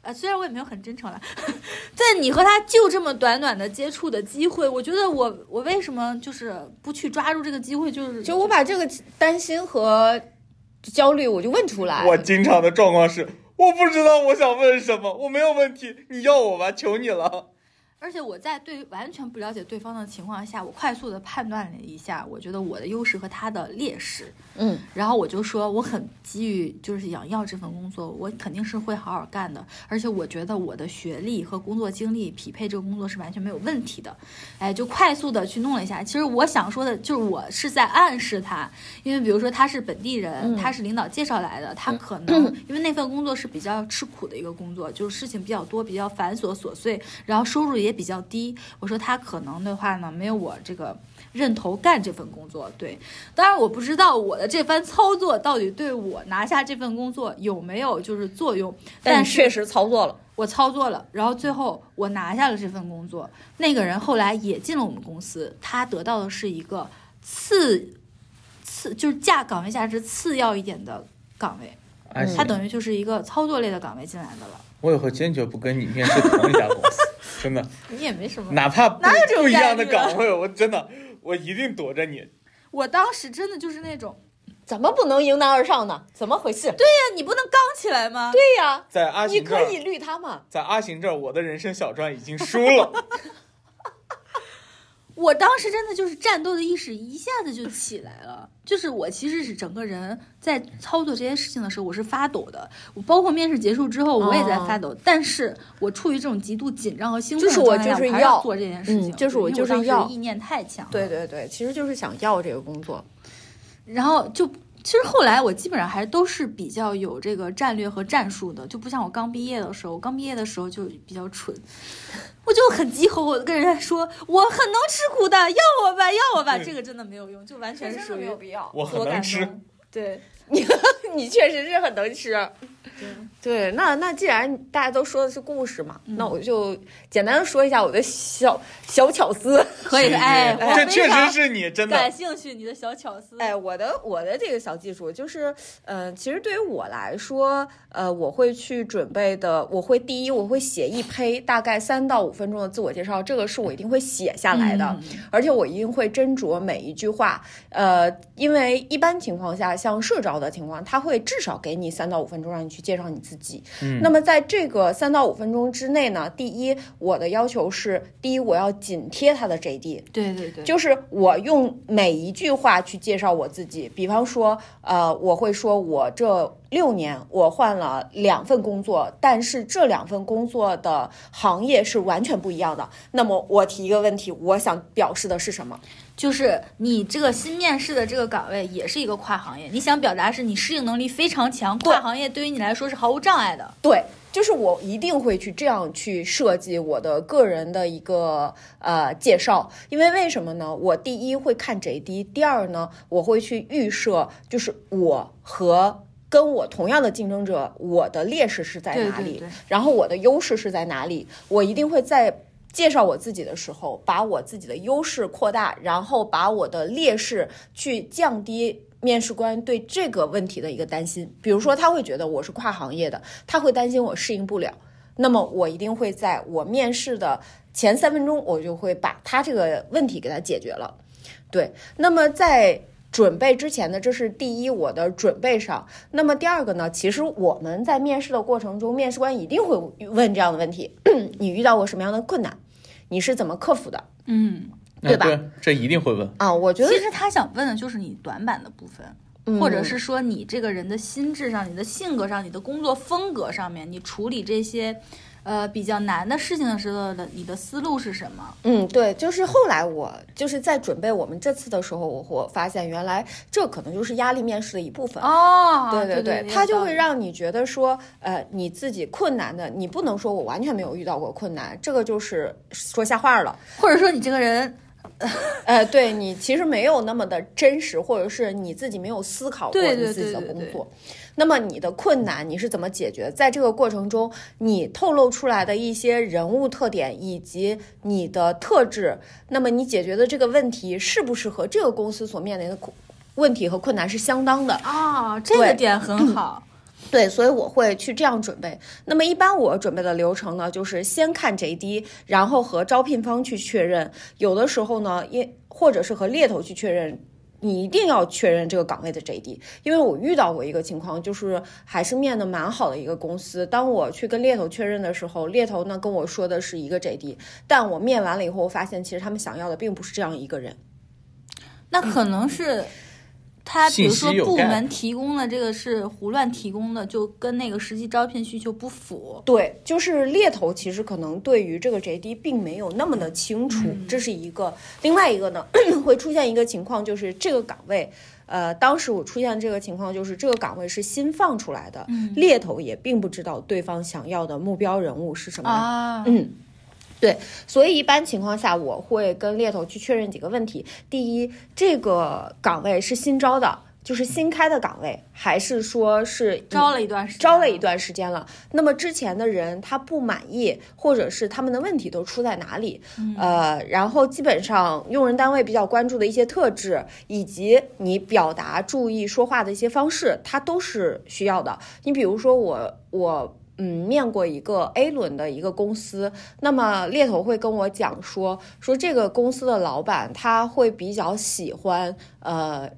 S3: 呃，虽然我也没有很真诚了， 但你和他就这么短短的接触的机会，我觉得我我为什么就是不去抓住这个机会？就是
S1: 就我把这个担心和焦虑，我就问出来。
S2: 我经常的状况是，我不知道我想问什么，我没有问题，你要我吧，求你了。
S3: 而且我在对完全不了解对方的情况下，我快速的判断了一下，我觉得我的优势和他的劣势，
S1: 嗯，
S3: 然后我就说我很急于就是想要这份工作，我肯定是会好好干的，而且我觉得我的学历和工作经历匹配这个工作是完全没有问题的，哎，就快速的去弄了一下。其实我想说的就是我是在暗示他，因为比如说他是本地人，他是领导介绍来的，他可能、因为那份工作是比较吃苦的一个工作，就是事情比较多，比较繁琐琐碎，然后收入也比较低。我说他可能的话呢，没有我这个认头干这份工作。对，当然我不知道我的这番操作到底对我拿下这份工作有没有就是作用，但
S1: 但
S3: 是
S1: 确实操作了。
S3: 我操作了，然后最后我拿下了这份工作。那个人后来也进了我们公司，他得到的是一个次次就是价岗位价值次要一点的岗位，
S2: 哎
S1: 嗯
S3: 他等于就是一个操作类的岗位进来的了。
S2: 我以后坚决不跟你面试同一家公司。真的，
S3: 你也没什么。
S2: 哪怕
S3: 哪有这种
S2: 不一样的
S3: 待遇啊
S2: 岗位，我真的我一定躲着你。
S3: 我当时真的就是那种，
S1: 怎么不能迎难而上呢？怎么回事？对
S3: 对呀，你不能刚起来吗？对，
S1: 呀、
S2: 在阿
S1: 你
S2: 行这
S1: 可以
S2: 儿，
S1: 绿他嘛。
S2: 在阿行这儿，我的人生小传已经输 了。
S3: 我当时真的就是战斗的意识一下子就起来了，就是我其实是整个人在操作这些事情的时候，我是发抖的。我包括面试结束之后，我也在发抖，但是我处于这种极度紧张和兴奋
S1: 哦就
S3: 的
S1: 是我
S3: 状态下
S1: 就是
S3: 我还要
S1: 要
S3: 做这件事情，
S1: 嗯就是我
S3: 因为
S1: 就是
S3: 当时
S1: 要
S3: 意念太强了。
S1: 对对对，其实就是想要这个工作。
S3: 然后就其实后来我基本上还都是比较有这个战略和战术的，就不像我刚毕业的时候，我刚毕业的时候就比较蠢，我就很急吼吼的跟人家说我很能吃苦的，要我吧，要我吧，
S2: 对
S3: 这个真的没有用，就完全是属于
S1: 必要。
S2: 我很
S3: 左
S2: 能
S3: 感
S2: 吃，
S3: 动。对，
S1: 你确实是很能吃。
S3: 对
S1: 对，那那既然大家都说的是故事嘛，
S3: 嗯
S1: 那我就简单的说一下我的小小巧思。
S3: 可以的，
S2: 是
S3: 哎，
S2: 你
S3: 我
S2: 这
S3: 非
S2: 确
S3: 常
S2: 实是你真
S3: 感
S2: 的。
S3: 兴趣，你的小巧思，
S1: 哎，我的我的这个小技术就是，呃，其实对于我来说，呃，我会去准备的，我会第一，我会写一胚大概三到五分钟的自我介绍，这个是我一定会写下来的。
S3: 嗯，
S1: 而且我一定会斟酌每一句话，呃，因为一般情况下，像社招的情况，他会至少给你三到五分钟让你去介绍你自己。
S2: 嗯
S1: 那么在这个三到五分钟之内呢，第一，我的要求是，第一，我要紧贴他的 JD，
S3: 对对对，
S1: 就是我用每一句话去介绍我自己，比方说，呃，我会说我这六年我换了两份工作，但是这两份工作的行业是完全不一样的。那么我提一个问题，我想表示的是什么？
S3: 就是你这个新面试的这个岗位也是一个跨行业，你想表达是你适应能力非常强，跨行业对于你来说是毫无障碍的。
S1: 对，就是我一定会去这样去设计我的个人的一个呃介绍，因为为什么呢？我第一会看 JD，第二呢，我会去预设，就是我和。跟我同样的竞争者，我的劣势是在
S3: 对
S1: 哪
S3: 对
S1: 里？
S3: 对
S1: 然后我的优势是在哪里？我一定会在介绍我自己的时候，把我自己的优势扩大，然后把我的劣势去降低。面试官对这个问题的一个担心，比如说他会觉得我是跨行业的，他会担心我适应不了。那么我一定会在我面试的前三分钟，我就会把他这个问题给他解决了。对，那么在准备之前呢，这是第一我的准备上。那么第二个呢，其实我们在面试的过程中，面试官一定会问这样的问题： 你遇到过什么样的困难？你是怎么克服的？
S3: 嗯，
S1: 对吧
S2: 哎对，这一定会问。
S1: 啊，我觉得
S3: 其实他想问的就是你短板的部分，
S1: 嗯
S3: 或者是说你这个人的心智上、你的性格上、你的工作风格上面，你处理这些。呃，比较难的事情的时候的你的思路是什么？
S1: 嗯，对，就是后来我就是在准备我们这次的时候，我我发现原来这可能就是压力面试的一部分。
S3: 哦，
S1: 对
S3: 对
S1: 对，他就会让你觉得说，呃，你自己困难的，你不能说我完全没有遇到过困难，这个就是说瞎话了。
S3: 或者说你这个人
S1: 呃，对你其实没有那么的真实，或者是你自己没有思考过
S3: 对
S1: 你
S3: 对
S1: 自己的
S3: 对对
S1: 工
S3: 对
S1: 作。那么你的困难你是怎么解决？在这个过程中，你透露出来的一些人物特点以及你的特质，那么你解决的这个问题是不是和这个公司所面临的苦问题和困难是相当的？
S3: 啊、这个
S1: 哦对嗯
S3: 点很好，
S1: 对，所以我会去这样准备。那么一般我准备的流程呢，就是先看 JD，然后和招聘方去确认。有的时候呢，也或者是和猎头去确认。你一定要确认这个岗位的 JD，因为我遇到过一个情况，就是还是面的蛮好的一个公司。当我去跟猎头确认的时候，猎头呢跟我说的是一个 JD，但我面完了以后，我发现其实他们想要的并不是这样一个人。
S3: 那可 能是他，比如
S2: 信
S3: 说
S2: 息有
S3: 部
S2: gap
S3: 门提供的这个是胡乱提供的，就跟那个实际招聘需求不符。
S1: 对，就是猎头其实可能对于这个 JD 并没有那么的清楚，
S3: 嗯
S1: 这是一个。另外一个呢， 会出现一个情况，就是这个岗位，呃，当时我出现这个情况，就是这个岗位是新放出来的，
S3: 嗯
S1: 猎头也并不知道对方想要的目标人物是什么样
S3: 啊，
S1: 嗯，对，所以一般情况下，我会跟猎头去确认几个问题：第一，这个岗位是新招的，就是新开的岗位，还是说是已
S3: 招了一段时间，
S1: 招了一，段时间了，那么之前的人他不满意，或者是他们的问题都出在哪里？呃，然后基本上用人单位比较关注的一些特质，以及你表达、注意说话的一些方式，它都是需要的。你比如说我，我嗯面过一个 A 轮的一个公司，那么猎头会跟我讲说，说这个公司的老板他会比较喜欢呃。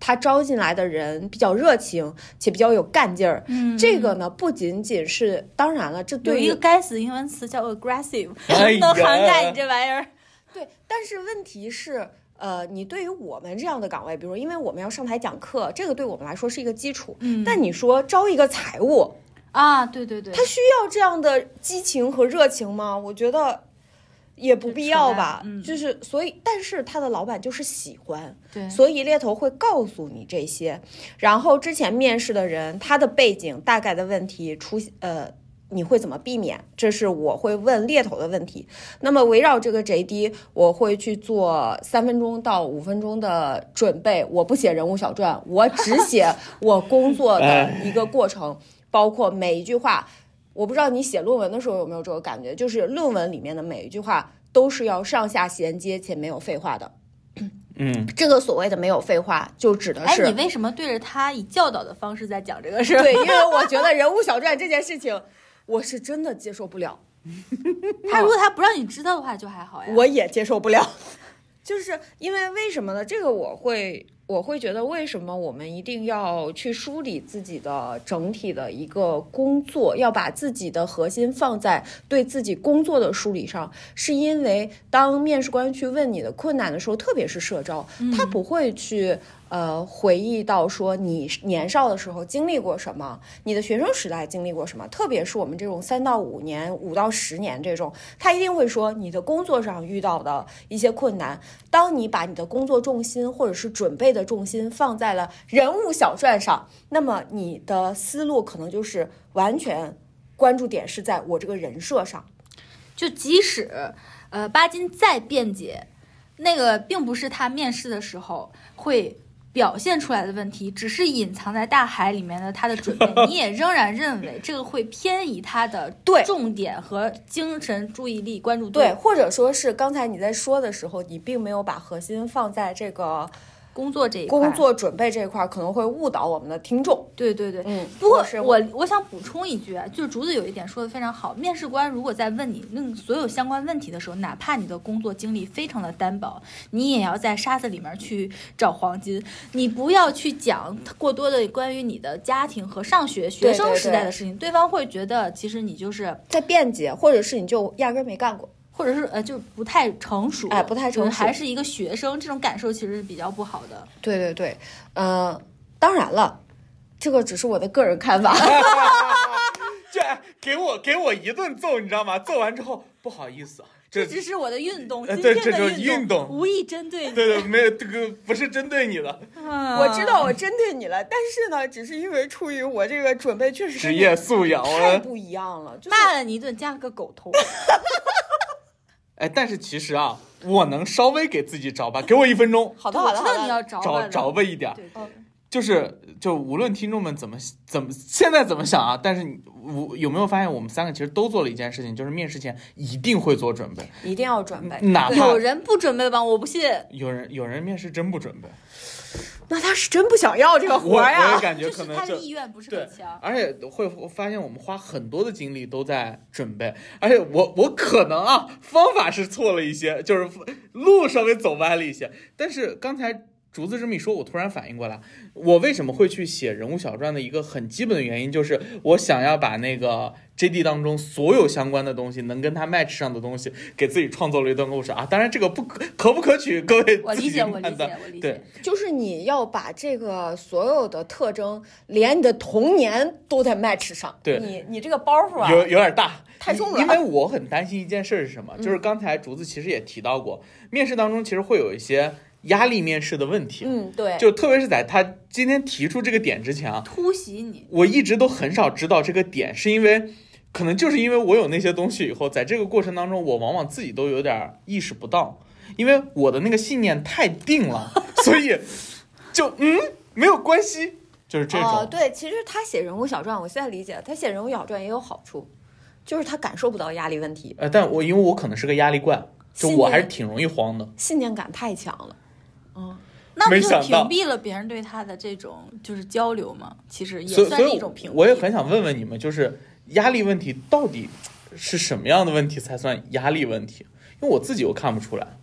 S1: 他招进来的人比较热情，且比较有干劲儿。
S3: 嗯
S1: 这个呢，不仅仅是当然了，这
S3: 有
S1: 对
S3: 一
S1: 于
S3: 个该死的英文词叫 aggressive，
S2: 哎呀
S3: 能涵盖你这玩意儿。
S1: 对，但是问题是，呃，你对于我们这样的岗位，比如因为我们要上台讲课，这个对我们来说是一个基础。
S3: 嗯
S1: 但你说招一个财务，
S3: 啊，对对对，
S1: 他需要这样的激情和热情吗？我觉得也不必要吧。
S3: 就扯淡嗯
S1: 就是所以，但是他的老板就是喜欢，
S3: 对
S1: 所以猎头会告诉你这些。然后之前面试的人，他的背景、大概的问题出呃。你会怎么避免？这是我会问猎头的问题。那么围绕这个 JD，我会去做三分钟到五分钟的准备。我不写人物小传，我只写我工作的一个过程，包括每一句话。我不知道你写论文的时候有没有这个感觉，就是论文里面的每一句话都是要上下衔接且没有废话的。
S2: 嗯，
S1: 这个所谓的没有废话，就指的
S3: 哎，
S1: 是
S3: 你为什么对着他以教导的方式在讲这个事儿？
S1: 对，因为我觉得人物小传这件事情，我是真的接受不 了。
S3: 他如果他不让你知道的话，就还好呀。
S1: 我也接受不了。 就是因为为什么呢？这个我会我会觉得，为什么我们一定要去梳理自己的整体的一个工作，要把自己的核心放在对自己工作的梳理上？是因为当面试官去问你的困难的时候，特别是社招，他不会去呃回忆到说你年少的时候经历过什么，你的学生时代经历过什么，特别是我们这种三到五年、五到十年这种，他一定会说你的工作上遇到的一些困难。当你把你的工作重心或者是准备的重心放在了人物小传上，那么你的思路可能就是完全关注点是在我这个人设上。
S3: 就即使呃巴金再辩解，那个并不是他面试的时候会表现出来的问题，只是隐藏在大海里面的他的准备， 你也仍然认 为这个会偏移他的
S1: 对
S3: 重点和精神注意力关注度。
S1: 对，或者说是刚才你在说的时候，你并没有把核心放在这个
S3: 工作这一块，
S1: 工作准备这一块儿，可能会误导我们的听众。
S3: 对对对，
S1: 嗯，
S3: 不过
S1: 是
S3: 我我想补充一句啊，就是竹子有一点说的非常好，面试官如果在问你那所有相关问题的时候，哪怕你的工作经历非常的单薄，你也要在沙子里面去找黄金，你不要去讲过多的关于你的家庭和上学、学生时代的事情，对方会觉得其实你就是
S1: 在辩解，或者是你就压根儿没干过。
S3: 或者是呃就不太成熟，
S1: 哎不太成熟
S3: 就是还是一个学生，这种感受其实是比较不好的。
S1: 对对对，呃，当然了，这个只是我的个人看法。
S2: 这给我给我一顿揍，你知道吗？揍完之后不好意思，啊这
S3: 这只是我的运动，
S2: 呃
S3: 今
S2: 对
S3: 天
S2: 这就是
S3: 的
S2: 运动
S3: 无意针对你。
S2: 对对，没有这个不是针对你 的
S1: 我
S3: 我
S1: 知道我针对你了，但是呢，只是因为出于我这个准备确实跟
S2: 职
S1: 你
S2: 业素养。
S1: 太
S2: 我
S1: 不一样了，就是
S3: 骂了你一顿，加了个狗头。
S2: 哎，但是其实啊，我能稍微给自己找吧，给我一分钟，
S1: 好的好的
S3: 我哦
S1: 好
S3: 知道
S1: 的，
S3: 你要找
S2: 找找吧一点儿。
S3: 对对
S1: 嗯
S2: 就是就无论听众们怎么怎么现在怎么想啊，但是你我有没有发现我们三个其实都做了一件事情，就是面试前一定会做准备，
S1: 一定要准备。
S2: 哪怕
S3: 有人不准备吧？我不信。
S2: 有人有人面试真不准备，
S1: 那他是真不想要这个
S2: 我
S1: 活儿
S2: 我也
S1: 呀？
S2: 感觉
S3: 就
S2: 可
S3: 是
S2: 能
S3: 他的
S2: 就
S3: 意愿不是
S2: 对
S3: 很强，。
S2: 而且会发现我们花很多的精力都在准备，而且我我可能啊方法是错了一些，就是路稍微走歪了一些。但是刚才竹子这么一说，我突然反应过来，我为什么会去写人物小传的一个很基本的原因，就是我想要把那个 JD 当中所有相关的东西，能跟他 match 上的东西，给自己创作了一段故事啊。当然这个不可可不可取，各位
S3: 我
S2: 自
S3: 理
S2: 己
S3: 解，我理
S2: 判断
S3: 解，我理
S2: 对
S3: 解。
S1: 就是你要把这个所有的特征，连你的童年都得 match 上。
S2: 对
S1: 你你这个包袱啊，
S2: 有有点大，
S1: 太重了嗯
S2: 因为我很担心一件事是什么，就是刚才竹子其实也提到过，面试当中其实会有一些压力面试的问题，
S1: 嗯，对，
S2: 就特别是在他今天提出这个点之前啊，
S3: 突袭你，
S2: 我一直都很少知道这个点，是因为。可能就是因为我有那些东西以后，在这个过程当中，我往往自己都有点儿意识不到，因为我的那个信念太 定了，所以就嗯没有关系，就是这种。
S1: 哦，对，其实他写人物小传，我现在理解了，他写人物小传也有好处，就是他感受不到压力问题，
S2: 呃，但我因为我可能是个压力怪，就
S1: 信
S2: 我
S1: 念
S2: 还是挺容易慌的。
S1: 信念感太强了。
S3: 那不
S2: 没
S3: 就
S2: 想
S3: 屏
S2: 到
S3: 蔽了别人对他的这种就是交流吗？其实也
S2: 所以，
S3: 算是
S2: 所以
S3: 一种屏蔽。
S2: 我也很想问问你们，就是压力问题到底是什么样的问题才算压力问题？因为我自己又看不出来。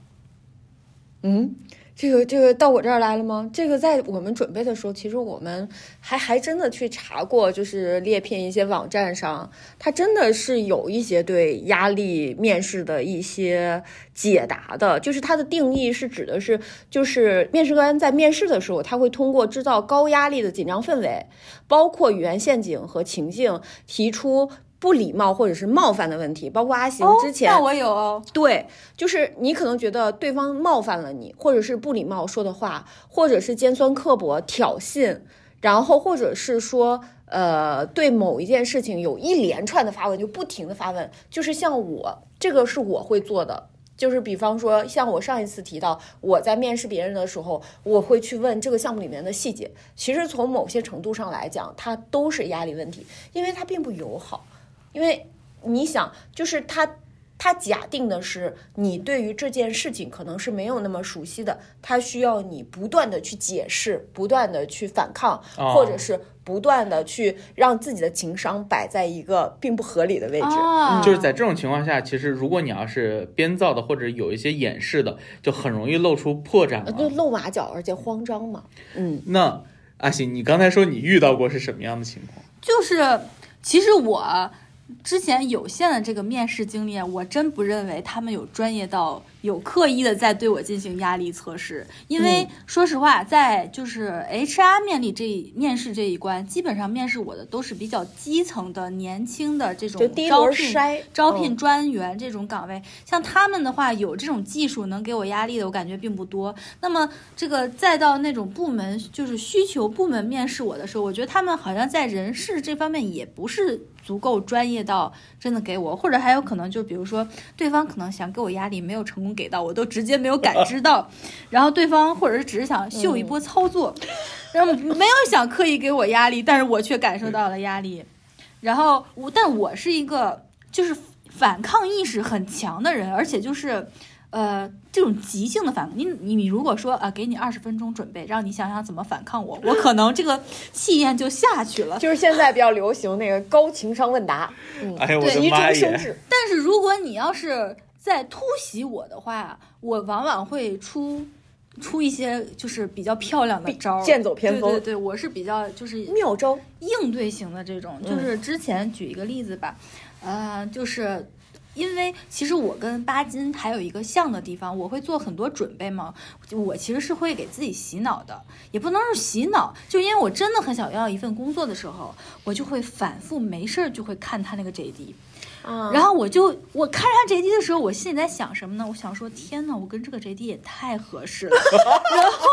S1: 嗯，这个这个到我这儿来了吗？这个在我们准备的时候，其实我们还还真的去查过，就是猎聘一些网站上，它真的是有一些对压力面试的一些解答的，就是它的定义是指的是，就是面试官在面试的时候，他会通过制造高压力的紧张氛围，包括语言陷阱和情境，提出不礼貌或者是冒犯的问题，包括阿行之前、
S3: 那我有哦，
S1: 对，就是你可能觉得对方冒犯了你，或者是不礼貌说的话，或者是尖酸刻薄、挑衅，然后或者是说呃对某一件事情有一连串的发问，就不停的发问，就是像我这个是我会做的。就是比方说，像我上一次提到，我在面试别人的时候，我会去问这个项目里面的细节。其实从某些程度上来讲，它都是压力问题，因为它并不友好。因为你想，就是他他假定的是你对于这件事情可能是没有那么熟悉的，他需要你不断的去解释，不断的去反抗，
S2: 哦
S1: 或者是不断的去让自己的情商摆在一个并不合理的位置。
S3: 啊，
S2: 就是在这种情况下，其实如果你要是编造的或者有一些掩饰的，就很容易露出破绽
S1: 呃就
S2: 了。
S1: 露马脚，而且慌张嘛。嗯，
S2: 那阿行，你刚才说你遇到过是什么样的情况？
S3: 就是，其实我之前有限的这个面试经历，我真不认为他们有专业到有刻意的在对我进行压力测试，因
S1: 嗯
S3: 为说实话，在就是 HR 面历这一面试这一关，基本上面试我的都是比较基层的、年轻的这种
S1: 就第一
S3: 招
S1: 轮
S3: 聘
S1: 筛
S3: 招
S1: 嗯
S3: 聘专员这种岗位，像他们的话，有这种技术能给我压力的，我感觉并不多。那么这个再到那种部门，就是需求部门面试我的时候，我觉得他们好像在人事这方面也不是足够专业到真的给我，或者还有可能就比如说对方可能想给我压力，没有成功给到，我都直接没有感知到，然后对方或者是只是想秀一波操作，然后没有想刻意给我压力，但是我却感受到了压力。然后我，但我是一个就是反抗意识很强的人，而且就是。呃，这种即兴的反抗，你你你如果说啊、给你二十分钟准备，让你想想怎么反 抗我，我可能这个气焰就下去了。
S1: 就是现在比较流行那个高情商问答，嗯，
S2: 哎呀，我
S3: 对
S2: 的
S1: 急
S2: 妈
S1: 中生
S2: 耶！
S1: 智。
S3: 但是如果你要是在突袭我的话，我往往会出出一些就是比较漂亮的招儿，
S1: 剑走偏锋
S3: 对对对，我是比较就是
S1: 妙招，
S3: 应对型的这种，就是之前举一个例子吧，呃，就是。因为其实我跟巴金还有一个像的地方，我会做很多准备嘛。我其实是会给自己洗脑的，也不能是洗脑，就因为我真的很想要一份工作的时候，我就会反复没事儿就会看他那个 JD，
S1: 啊
S3: 然后我就我看上 JD 的时候，我心里在想什么呢？我想说，天呐，我跟这个 JD 也太合适了。然后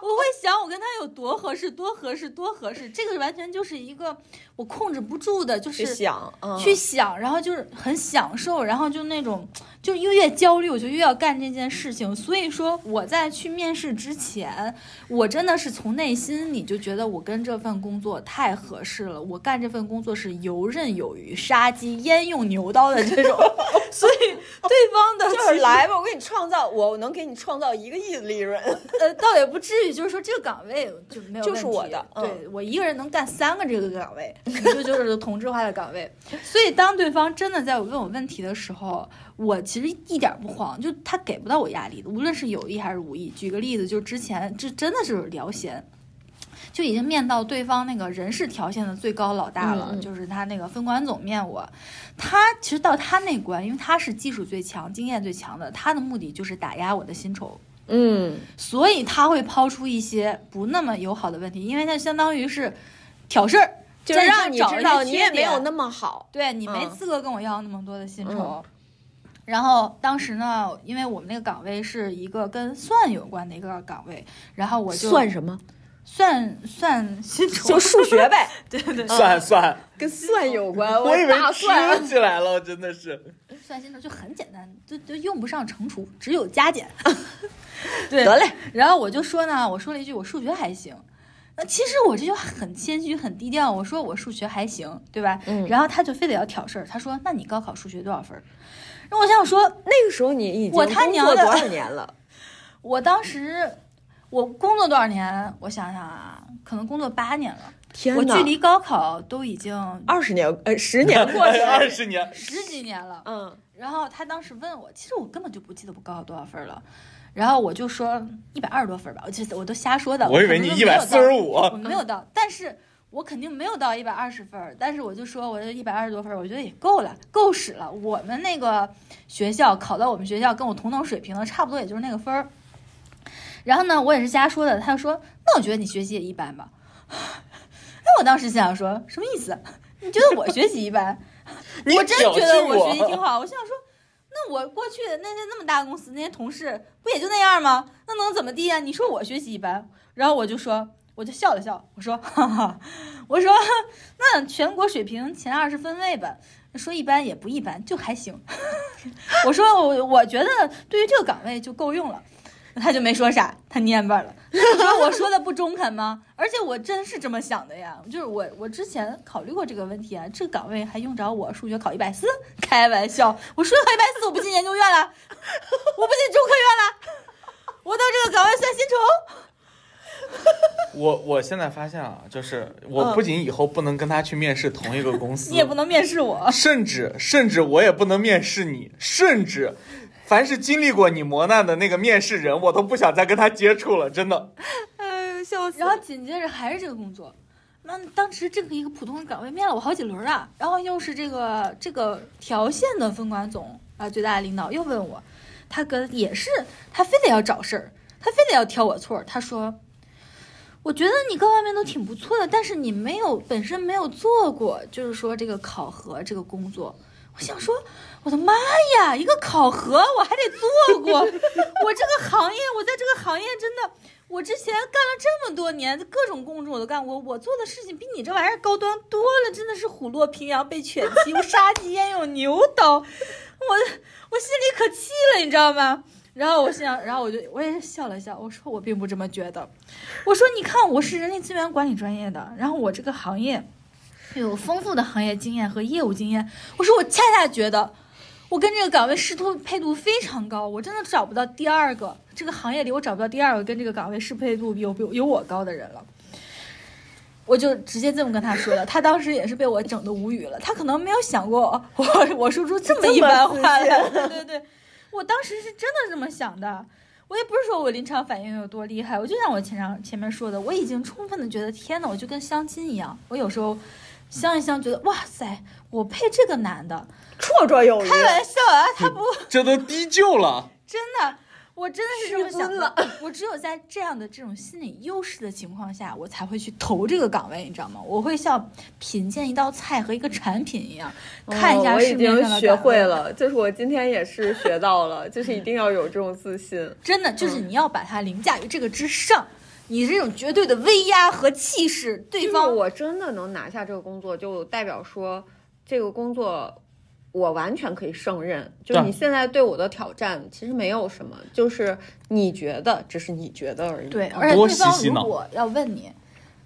S3: 我会想，我跟他有多合适，多合适，多合适。这个完全就是一个我控制不住的，就是
S1: 去想，嗯，
S3: 去想，然后就是很享受，然后就那种就越越焦虑，我就越要干这件事情。所以说我在去面试之前，我真的是从内心里就觉得我跟这份工作太合适了，我干这份工作是游刃有余、杀鸡焉用牛刀的这种。所以对方的
S1: 就
S3: 其
S1: 是
S3: 实
S1: 来吧，我给你创造，我能给你创造一个亿的利润。
S3: 呃，倒也不至于，就是说这个岗位就没有
S1: 就是
S3: 问题
S1: 我的嗯
S3: 对我一个人能干三个这个岗位，这就是同质化的岗位。 所以当对方真的在我问我问题的时候，我其实一点不慌，就他给不到我压力的，无论是有意还是无意。举个例子，就之前这真的是聊闲。就已经面到对方那个人事条线的最高老大了，
S1: 嗯嗯
S3: 就是他那个分管总面我，他其实到他那关，因为他是技术最强、经验最强的，他的目的就是打压我的薪酬。
S1: 嗯，
S3: 所以他会抛出一些不那么友好的问题，因为他相当于是挑事儿，
S1: 就是
S3: 站
S1: 让
S3: 着
S1: 你
S3: 找
S1: 知
S3: 人
S1: 道
S3: 的
S1: 你
S3: 缺
S1: 也没有
S3: 点
S1: 那么好。
S3: 对你没
S1: 嗯
S3: 资格跟我要那么多的薪酬。然后当时呢，因为我们那个岗位是一个跟算有关的一个岗位，然后我就
S1: 什么？
S3: 算算薪酬，
S1: 就数学呗，
S3: 对对对，
S2: 算算，
S1: 跟算有关。
S2: 我以为
S1: 大算
S2: 吃起来了，真的 是。
S3: 算薪酬就很简单，就就用不上乘除，只有加减。 对
S1: 得嘞，
S3: 然后我就说呢，我说了一句我数学还行。呃，其实我这就很谦虚、很低调，我说我数学还行，对吧？
S1: 嗯
S3: 然后他就非得要挑事儿，他说：“那你高考数学多少分儿？”然后我想说，
S1: 那个时候你已经
S3: 我他
S1: 工
S3: 娘
S1: 作
S3: 的
S1: 多少年了？
S3: 我当时我工作多少年？我想想啊，可能工作八年了。
S1: 天
S3: 我
S1: 哪，
S3: 距离高考都已经
S1: 二十年呃十年过去了
S2: 二，十年，
S3: 十几年了。
S1: 嗯，
S3: 然后他当时问我，其实我根本就不记得我高考多少分了，然后我就说一百二十多分吧，我这我都瞎说的。
S2: 我以为
S3: 可
S2: 你
S3: 能
S2: 一
S3: 都没
S2: 百
S3: 有
S2: 四
S3: 到
S2: 十五，
S3: 我没有到，但是我肯定没有到一百二十分儿，但是我就说我这一百二十多分儿，我觉得也够了，够使了。我们那个学校考到我们学校跟我同等水平的，差不多也就是那个分儿。然后呢，我也是瞎说的，他就说，那我觉得你学习也一般吧。 那我当时想说，什么意思？ 你觉得我学习一般？
S2: 你
S3: 我真
S2: 挑
S3: 觉得
S2: 衅
S3: 我学习挺好。我想说，那我过去那些那么大公司那些同事不也就那样吗？那能怎么地呀、啊你说我学习一般，然后我就说，我就笑了笑，我说， 哈哈，我说那全国水平前二十分位吧。说一般也不一般，就还行。 我说我我觉得对于这个岗位就够用了， 他就没说啥，他蔫巴了。 你说我说的不中肯吗？ 而且我真是这么想的呀，就是我我之前考虑过这个问题啊，这个岗位还用着我数学考一百四？开玩笑，我数学考一百四，我不进研究院了，我不进中科院了，我到这个岗位算薪酬。
S2: 我我现在发现啊，就是我
S1: 嗯
S2: 不仅以后不能跟他去面试同一个公司，
S3: 你也不能面试我，
S2: 甚至甚至我也不能面试你，甚至凡是经历过你磨难的那个面试人，我都不想再跟他接触了，真的。
S1: 哎，笑死
S3: 然后紧接着还是这个工作。那当时这个一个普通的岗位面了我好几轮啊，然后又是这个这个条线的分管总啊，最大的领导又问我，他跟也是他非得要找事儿，他非得要挑我错儿，他说。我觉得你各方面都挺不错的，但是你没有本身没有做过，就是说这个考核这个工作，我想说，我的妈呀，一个考核我还得做过， 我这个行业，我在这个行业真的，我之前干了这么多年，各种工作我都干过，我做的事情比你这玩意儿高端多了，真的是虎落平阳被犬欺，我杀鸡焉有牛刀，我我心里可气了，你知道吗？然后我心想，然后我就我也是笑了笑，我说我并不这么觉得，我说你看我是人力资源管理专业的，然后我这个行业有丰富的行业经验和业务经验，我说我恰恰觉得我跟这个岗位适度配度非常高，我真的找不到第二个这个行业里我找不到第二个跟这个岗位适配度有有有我高的人了。我就直接这么跟他说了，他当时也是被我整的无语了，他可能没有想过 我我说出这么一番话来，对对对，我当时是真的这么想的。我也不是说我临场反应有多厉害，我就像我前上前面说的，我已经充分的觉得，天呐，我就跟相亲一样，我有时候相一相，觉得哇塞，我配这个男的，
S1: 绰绰有余，
S3: 开玩笑啊，他不
S2: 这都低就了，
S3: 真的，我真的是这么想
S1: 失
S3: 的。我只有在这样的这种心理优势的情况下，我才会去投这个岗位，你知道吗？我会像品鉴一道菜和一个产品一样，看一
S1: 哦
S3: 下
S1: 我
S3: 市
S1: 已
S3: 面上
S1: 经
S3: 的、
S1: 学会。了，就是我今天也是学到了，就是一定要有这种自信。
S3: 真的就是
S1: 嗯
S3: 你要把它凌驾于这个之上，你这种绝对的威压和气势，对
S1: 就是
S3: 方
S1: 我真的能拿下这个工作，就代表说这个工作我完全可以胜任。就是
S2: 对
S1: 你现在对我的挑战其实没有什么，就是你觉得，只是你觉得而已。
S3: 对，
S1: 嗯
S3: 而且
S2: 多
S3: 对
S2: 洗
S3: 方
S2: 洗
S3: 如
S2: 脑
S3: 果要问你，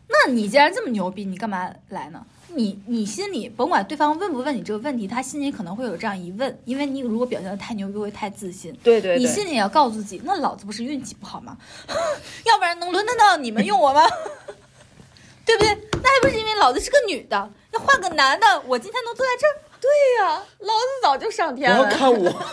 S3: 那你既然这么牛逼，你干嘛来呢？你你心里甭管对方问不问你这个问题，他心里可能会有这样疑问，因为你如果表现的太牛逼，会太自信。
S1: 对对
S3: 你
S1: 对，
S3: 心里也要告诉自己，那老子不是运气不好吗？ 要不然能轮得到你们用我吗？ 对不对？那还不是因为老子是个女的，要换个男的，我今天能坐在这儿。
S1: 对呀、老子早就上
S2: 不
S1: 天
S2: 要
S1: 了。
S2: 看我，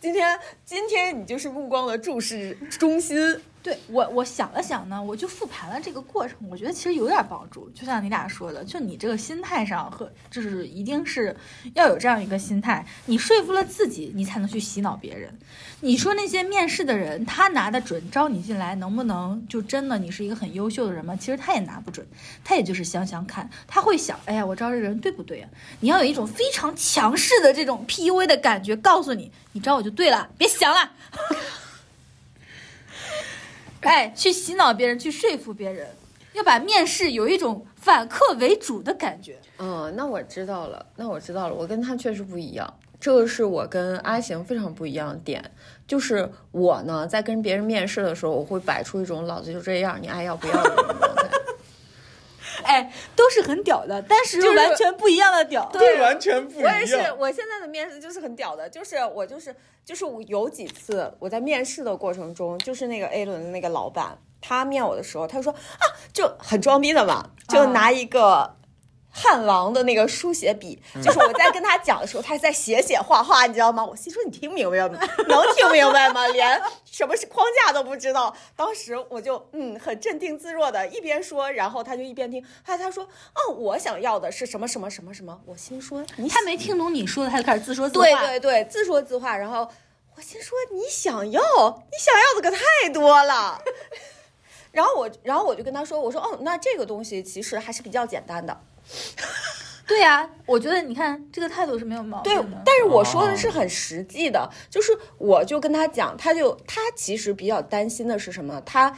S1: 今天，今天你就是目光的注视中心。
S3: 对我，我想了想呢，我就复盘了这个过程，我觉得其实有点帮助。就像你俩说的，就你这个心态上和就是一定是要有这样一个心态，你说服了自己，你才能去洗脑别人。你说那些面试的人，他拿得准招你进来，能不能就真的你是一个很优秀的人吗？其实他也拿不准，他也就是想想看，他会想，哎呀，我招这人对不对啊？你要有一种非常强势的这种 PUA 的感觉，告诉你，你招我就对了，别想了。哎，去洗脑别人，去说服别人，要把面试有一种反客为主的感觉。
S1: 嗯，那我知道了，那我知道了，我跟他确实不一样，这个是我跟阿行非常不一样的点，就是我呢在跟别人面试的时候，我会摆出一种老子就这样，你爱要不要的这种状态。
S3: 哎，都是很屌的，但是
S1: 就
S3: 又
S1: 是
S3: 完全不一样的屌。
S2: 这完全不一
S1: 啊我也是，
S2: 样。
S1: 我现在的面试就是很屌的，就是我就是就是我有几次我在面试的过程中，就是那个 A 轮的那个老板，他面我的时候，他就说啊，就很装逼的嘛，就拿
S2: 嗯
S1: 一个。汉王的那个书写笔，
S2: 嗯
S1: 就是我在跟他讲的时候，他还在写写画画，你知道吗？我心说你听明白吗？能听明白吗？连什么是框架都不知道。当时我就嗯，很镇定自若的，一边说，然后他就一边听。后来他说，哦，我想要的是什么什么什么什么。我心说，你
S3: 他没听懂你说的，他就开始自说自话。
S1: 对对对，自说自话。然后我心说你想要，你想要的可太多了。 然后我，然后我就跟他说，我说哦，那这个东西其实还是比较简单的。
S3: 对呀、我觉得你看这个态度是没有毛
S1: 对
S3: 病的。，
S1: 但是我说的是很实际的，就是我就跟他讲，他就他其实比较担心的是什么？他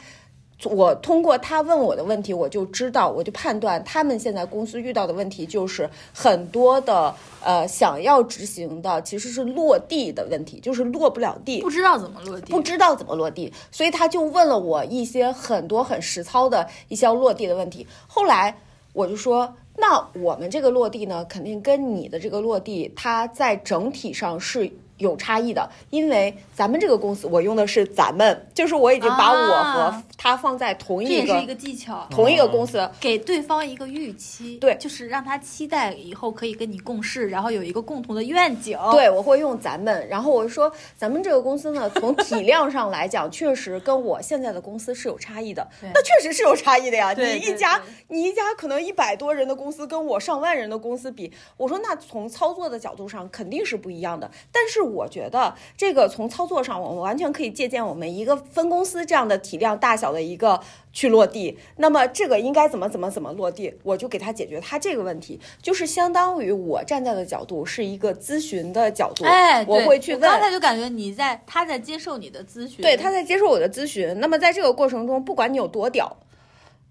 S1: 我通过他问我的问题，我就知道，我就判断他们现在公司遇到的问题就是很多的呃想要执行的其实是落地的问题，就是落不了地
S3: 不。知道怎么落地。
S1: 不知道怎么落地，所以他就问了我一些很多很实操的一些落地的问题。后来我就说，那我们这个落地呢，肯定跟你的这个落地，它在整体上是。有差异的，因为咱们这个公司，我用的是咱们，就是我已经把我和
S3: 啊
S1: 他放在同
S3: 这
S1: 一
S3: 也
S1: 个、
S3: 是一个嗯技巧，
S1: 同一个公司，
S3: 给对方一个预期，
S1: 对
S3: 就是让他期待以后可以跟你共事，然后有一个共同的愿景。，
S1: 对，我会用咱们。然后我说，咱们这个公司呢，从体量上来讲，确实跟我现在的公司是有差异的
S3: 对。
S1: 那确实是有差异的呀。
S3: 对
S1: 你
S3: 对
S1: 一家
S3: 对，
S1: 你一家可能一百多人的公司，跟我上万人的公司比，我说那从操作的角度上肯定是不一样的。但是我觉得这个从操作上，我们完全可以借鉴我们一个分公司这样的体量大小的一个去落地。那么这个应该怎么怎么怎么落地，我就给他解决他这个问题，就是相当于我站在的角度是一个咨询的角度，
S3: 哎，
S1: 我
S3: 对
S1: 会去
S3: 我刚才
S1: 问。
S3: 就感觉你在他在接受你的咨询，
S1: 对，他在接受我的咨询。那么在这个过程中，不管你有多屌，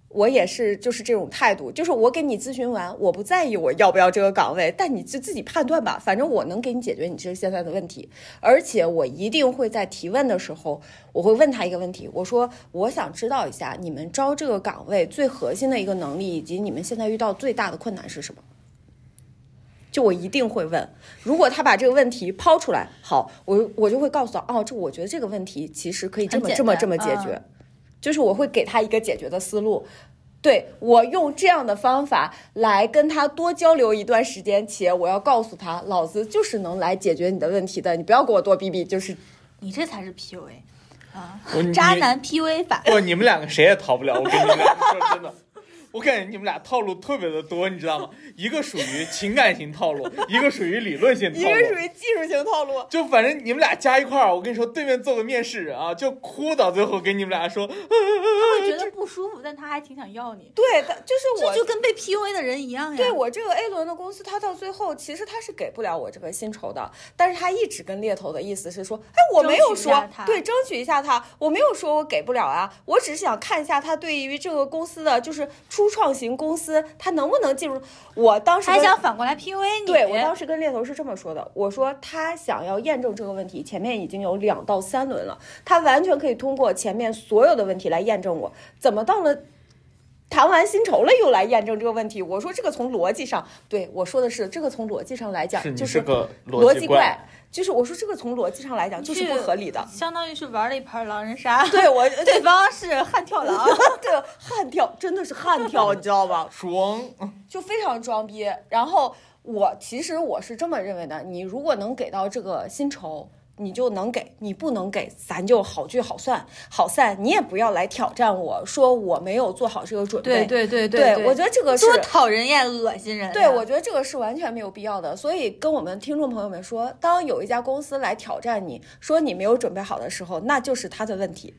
S1: 我也是就是这种态度，就是我给你咨询完，我不在意我要不要这个岗位，但你就自己判断吧，反正我能给你解决你这现在的问题，而且我一定会在提问的时候，我会问他一个问题，我说我想知道一下你们招这个岗位最核心的一个能力，以及你们现在遇到最大的困难是什么。就我一定会问，如果他把这个问题抛出来，好，我我就会告诉他，哦，这我觉得这个问题其实可以这
S3: 很
S1: 么
S3: 简
S1: 这么
S3: 单
S1: 这么解
S3: 嗯
S1: 决，就是我会给他一个解决的思路。对我用这样的方法来跟他多交流一段时间，且我要告诉他，老子就是能来解决你的问题的，你不要给我多逼逼，就是
S3: 你这才是 PUA 啊，
S2: 我你
S3: 渣男 PUA 法。
S2: 不，你们两个谁也逃不了。我跟你们俩说真的，我感觉你们俩套路特别的多，你知道吗？一个属于情感型套路，一个属于理论型套
S1: 一
S2: 路，
S1: 个属于技术型套路。
S2: 就反正你们俩加一块儿，我跟你说，对面做个面试人啊，就哭到最后跟你们俩说，
S3: 他会觉得不舒服，但他还挺想要你，
S1: 对，他就是我
S3: 这就跟被 PUA 的人一样呀。
S1: 对我这个 A 轮的公司，他到最后其实他是给不了我这个薪酬的，但是他一直跟猎头的意思是说，哎，我没有
S3: 争取一下
S1: 说
S3: 他
S1: 对，争取一下他，我没有说我给不了啊，我只是想看一下他对于这个公司的就是初创型公司，他能不能进入。我当时
S3: 还
S1: 跟
S3: 想反过来 PUA 你。
S1: 对我当时跟猎头是这么说的，我说他想要验证这个问题，前面已经有两到三轮了，他完全可以通过前面所有的问题来验证我，怎么到了？谈完薪酬了，又来验证这个问题。我说这个从逻辑上，对我说的是这个从逻辑上来讲，
S2: 你
S1: 就是
S2: 个
S1: 逻
S2: 辑
S1: 辑怪，就是我说这个从逻辑上来讲就是
S3: 去
S1: 不合理的。
S3: 相当于是玩了一盘狼人杀，
S1: 对我，
S3: 对方是悍跳狼。
S1: 对悍跳真的是 悍跳，你知道吗？
S2: 装。
S1: 就非常装逼。然后我其实我是这么认为的，你如果能给到这个薪酬。你就能给，你不能给，咱就好聚好散，好散。你也不要来挑战我，说我没有做好这个准备。
S3: 对对
S1: 对我觉得这个是
S3: 多讨人厌，恶心人啊。
S1: 对，我觉得这个是完全没有必要的。所以跟我们听众朋友们说，当有一家公司来挑战你，说你没有准备好的时候，那就是他的问题。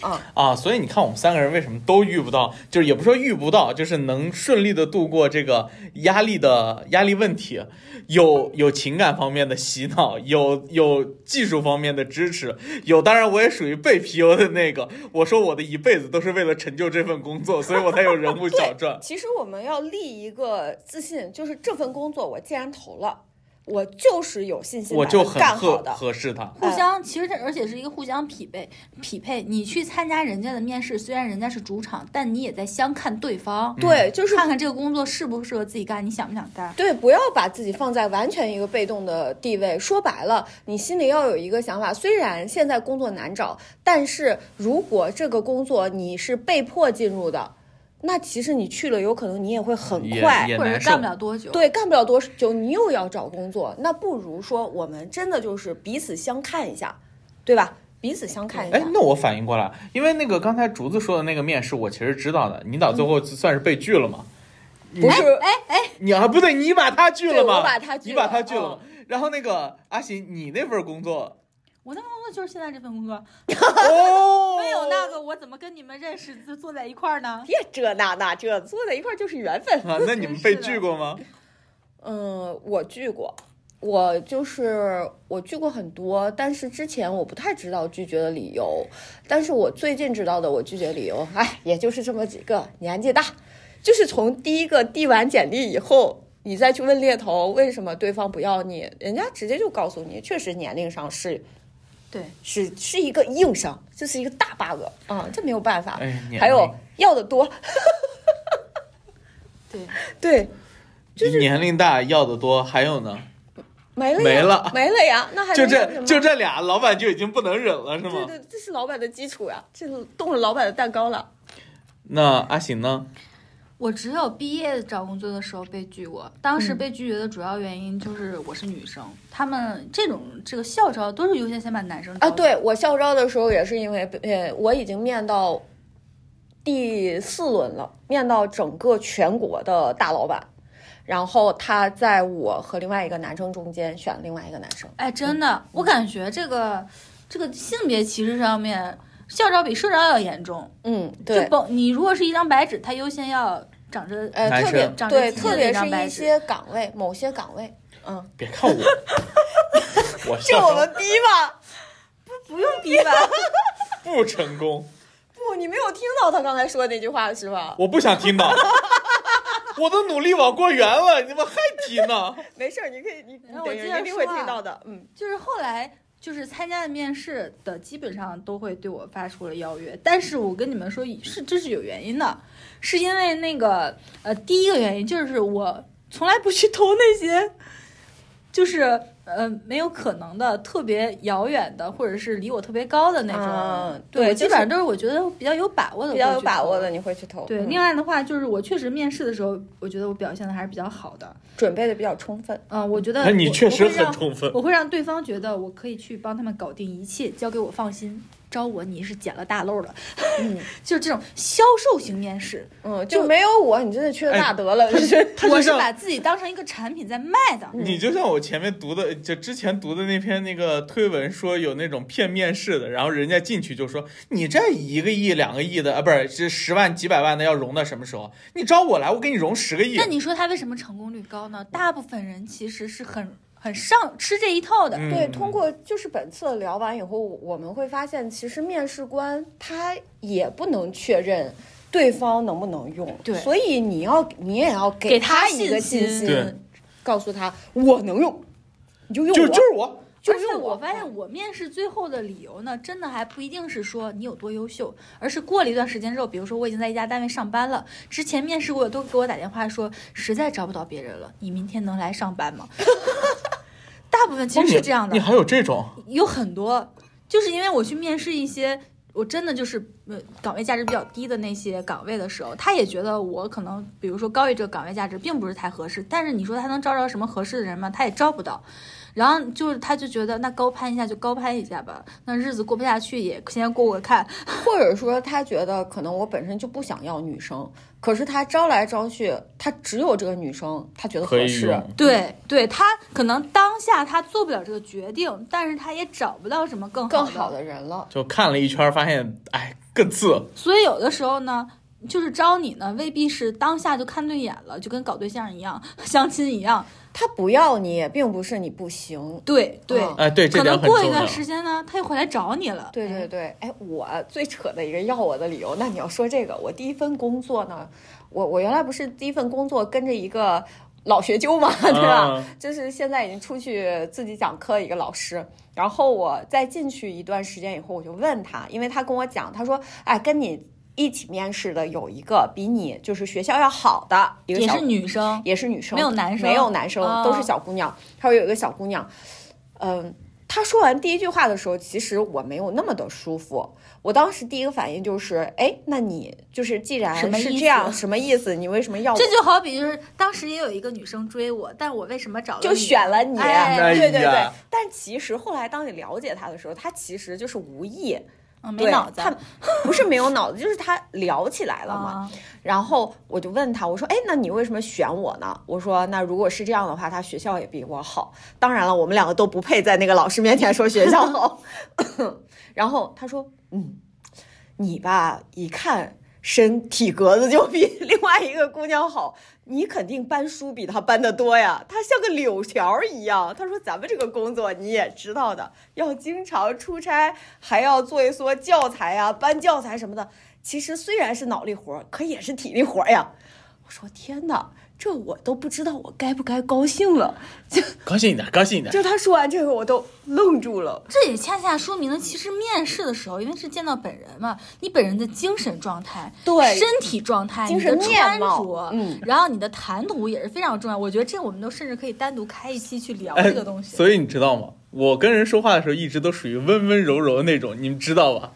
S1: 啊，。
S2: 啊，所以你看我们三个人为什么都遇不到，就是也不是说遇不到，就是能顺利的度过这个压力的压力问题，有有情感方面的洗脑，有有技术方面的支持，有当然我也属于被 PU 的那个，我说我的一辈子都是为了成就这份工作，所以我才有人物小传
S1: 其实我们要立一个自信，就是这份工作我既然投了，我就是有信心
S2: 我
S1: 把
S2: 就
S1: 它
S2: 很
S1: 干
S2: 合
S1: 好的。
S2: 合适他。
S3: 互相，其实这而且是一个互相匹配匹配。你去参加人家的面试，虽然人家是主场，但你也在相看对方，
S2: 嗯
S1: 对，就是
S3: 看看这个工作适不适合自己干，你想不想干？
S1: 对，不要把自己放在完全一个被动的地位。说白了，你心里要有一个想法，虽然现在工作难找，但是如果这个工作你是被迫进入的，那其实你去了，有可能你也会很
S2: 也
S1: 快
S2: 也
S3: 或者
S2: 难
S3: 是
S2: 受
S3: 干不了多久。，
S1: 对，干不了多久，你又要找工作，那不如说我们真的就是彼此相看一下，对吧？彼此相看一下
S2: 哎，，那我反应过来，因为那个刚才竹子说的那个面试，我其实知道的。你到最后
S1: 嗯
S2: 算是被拒了嘛？
S1: 不是
S3: 哎哎，
S2: 你啊，不对，你把他拒
S1: 嗯对
S2: 了吗？
S1: 我把他拒
S2: 你
S1: 了嗯
S2: 把他拒了吗？然后那个阿行，你那份 工作
S3: 我那份工作就是现在这份工作，
S2: 哦，
S3: 没有那个我怎么跟你们认识就坐在一块儿呢？
S1: 别哎这那那这，坐在一块儿就是缘分。
S2: 啊，那你们被拒过吗？
S1: 嗯，我拒过，我就是我拒过很多，但是之前我不太知道拒绝的理由，但是我最近知道的我拒绝理由，哎，也就是这么几个：年纪大，就是从第一个递完简历以后。你再去问猎头为什么对方不要你，人家直接就告诉你，确实年龄上是
S3: 对，
S1: 是是一个硬伤，这是一个大 bug 啊、这没有办法。
S2: 哎，年
S1: 还有
S2: 龄
S1: 要的多，
S3: 对，
S1: 对，
S2: 年龄大要的多，还有呢，
S1: 没了呀
S2: 没了
S1: 没了呀，那还
S2: 就
S1: 能要什
S2: 这
S1: 么
S2: 就这俩，老板就已经不能忍了，是
S1: 对
S2: 吗？
S1: 对，这是老板的基础呀、这动了老板的蛋糕了。
S2: 那阿行呢？
S3: 我只有毕业找工作的时候被拒过，当时
S1: 嗯
S3: 被拒绝的主要原因就是我是女生，他们这种这个校招都是优先先把男生
S1: 啊，
S3: 招走
S1: 对我校招的时候也是因为，呃，我已经面到第四轮了，面到整个全国的大老板，然后他在我和另外一个男生中间选另外一个男生。
S3: 哎，真的，我感觉这个这个性别歧视上面，校招比社招要严重。
S1: 嗯，
S3: 就
S1: 对。
S3: 甭你如果是一张白纸，它优先要长着。
S1: 呃，
S2: 男
S1: 特别
S2: 生
S3: 长着
S1: 对，
S3: 鸡
S1: 特
S3: 的
S1: 别
S3: 那
S1: 是
S3: 张白
S1: 一
S3: 纸
S1: 些岗位，某些岗位， 嗯，
S2: 别看 我，我
S1: 这我
S2: 上
S1: 们逼吧？
S3: 不用逼吧？
S2: 不成功，
S1: 不，你没有听到他刚才说的那句话是吧？
S2: 我不想 听到，我都努力往过圆了，你们还提呢？
S1: 没事儿，你可以，你你
S3: 我
S1: 等
S3: 接
S1: 一
S3: 着
S1: 一定会
S3: 说啊
S1: 听到的，嗯。
S3: 就是后来就是参加的面试的，基本上都会对我发出了邀约。但是我跟你们说，是这是有原因的，是因为那个呃，第一个原因就是我从来不去投那些，就是。呃，没有可能的，特别遥远的，或者是离我特别高的那种，
S1: 嗯
S3: 我
S1: 对
S3: 基本上都是我觉得比较有把握的，
S1: 比较有把握的，你会去投。
S3: 对，
S1: 嗯
S3: 另外的话就是，我确实面试的时候，我觉得我表现的还是比较好的。
S1: 准备的比较充分。
S3: 嗯、我觉得
S2: 那你
S3: 我
S2: 确实
S3: 我会
S2: 很
S3: 让
S2: 充 分，
S3: 我会让对方觉得我可以去帮他们搞定一切，交给我放心。招我你是捡了大漏的，
S1: 嗯
S3: 就是这种销售型面试，
S1: 嗯，
S3: 就
S1: 就没有我，你真的缺
S2: 哎
S1: 大德 了。就是
S2: 他就
S3: 我是
S2: 像
S3: 把自己当成一个产品在卖的。
S2: 你就像我前面读的，就之前读的那篇那个推文，说有那种骗面试的，然后人家进去就说你这一个亿、两个亿的啊，不是这十万、几百万的要融到什么时候？你招我来，我给你融十个亿
S3: 那。你说他为什么成功率高呢？大部分人其实是很很上吃这一套的。
S2: 嗯
S1: 对，通过就是本次聊完以后，我们会发现，其实面试官他也不能确认对方能不能用。
S3: 对
S1: 所以你要你也要
S3: 给
S1: 他
S3: 他
S1: 一个
S3: 信
S1: 信
S3: 心
S2: 对
S1: 告诉他我能用，你就用
S2: 就
S1: 我
S2: 就是我，
S1: 就嗯
S3: 而且
S1: 用
S3: 我发现我面试最后的理由呢，真的还不一定是说你有多优秀，而是过了一段时间之后，比如说我已经在一家单位上班了，之前面试过的都给我打电话说实在找不到别人了，你明天能来上班吗？ 大部分其实是这样的
S2: 你，还有这种
S3: 有很多就是因为我去面试一些。我真的就是，呃，岗位价值比较低的那些岗位的时候，他也觉得我可能，比如说高于这个岗位价值，并不是太合适。但是你说他能招着什么合适的人吗？他也招不到。然后就是他就觉得，那高攀一下就高攀一下吧，那日子过不下去也先过过看。
S1: 或者说他觉得可能我本身就不想要女生，可是他招来招去，他只有这个女生，他觉得合适。嗯
S3: 对，对他可能当下他做不了这个决定，但是他也找不到什么更
S1: 更
S3: 好
S1: 好的人了。
S2: 就看了一圈，发现哎，各自
S3: 所以有的时候呢，就是招你呢，未必是当下就看对眼了，就跟搞对象一样， 相亲一样。
S1: 他不要你，并不是你不行。
S3: 对对，
S1: 嗯
S2: 哎，对，这
S3: 可
S2: 点
S3: 能
S2: 很
S3: 过一
S2: 重要
S3: 段。时间呢，他又回来找你了。
S1: 对对对，哎，我最扯的一个要我的理由，那你要说这个，我第一份工作呢，我我原来不是第一份工作跟着一个老学究嘛， 对吧？
S2: 啊
S1: 就是现在已经出去自己讲课一个老师。然后我再进去一段时间以后，我就问他，因为他跟我讲，他说：“哎，跟你一起面试的有一个比你就是学校要好的一个
S3: 也
S1: 小
S3: 是女生，
S1: 也是女生，
S3: 没有男生
S1: 没有男生，
S3: 哦
S1: 都是小姑娘。他说有一个小姑娘，嗯，他说完第一句话的时候，其实我没有那么的舒服。我当时第一个反应就是，哎，那你就是既然
S3: 什么
S1: 是
S3: 意
S1: 这样，
S3: 思
S1: 什么意思？你为什么要我
S3: 这就好比就是当时也有一个女生追我，但我为什么找了
S1: 就
S3: 你
S1: 选了你？
S3: 嗯
S1: 啊
S3: 哎
S2: 哎
S1: 对对对
S2: 呀。
S1: 但其实后来当你了解他的时候，他其实就是无意，
S3: 嗯没
S1: 对
S3: 脑子，
S1: 他不是没有脑子，就是他聊起来了嘛。
S3: 啊
S1: 然后我就问他，我说：“哎，那你为什么选我呢？”我说：“那如果是这样的话，他学校也比我好。当然了，我们两个都不配在那个老师面前说学校 好。”然后他说：“嗯，你吧，一看身体格子就比另外一个姑娘好，你肯定搬书比她搬得多呀。她像个柳条儿一样。”他说：“咱们这个工作你也知道的，要经常出差，还要做一做教材呀、搬教材什么的。”其实虽然是脑力活儿，可也是体力活儿呀。我说天哪，这我都不知道我该不该高兴了。
S2: 高兴一点，高兴一点。
S1: 就他说完这个，我都愣住了。
S3: 这也恰恰说明了，其实面试的时候，因为是见到本人嘛，你本人的精神状态、
S1: 对
S3: 身体状态、
S1: 精神
S3: 你的穿
S1: 面貌
S3: 着，
S1: 嗯，
S3: 然后你的谈吐也是非常重要。我觉得这我们都甚至可以单独开一期去聊
S2: 哎
S3: 这个东，西。
S2: 所以你知道吗？我跟人说话的时候，一直都属于温温柔柔的那种，你们知道吧？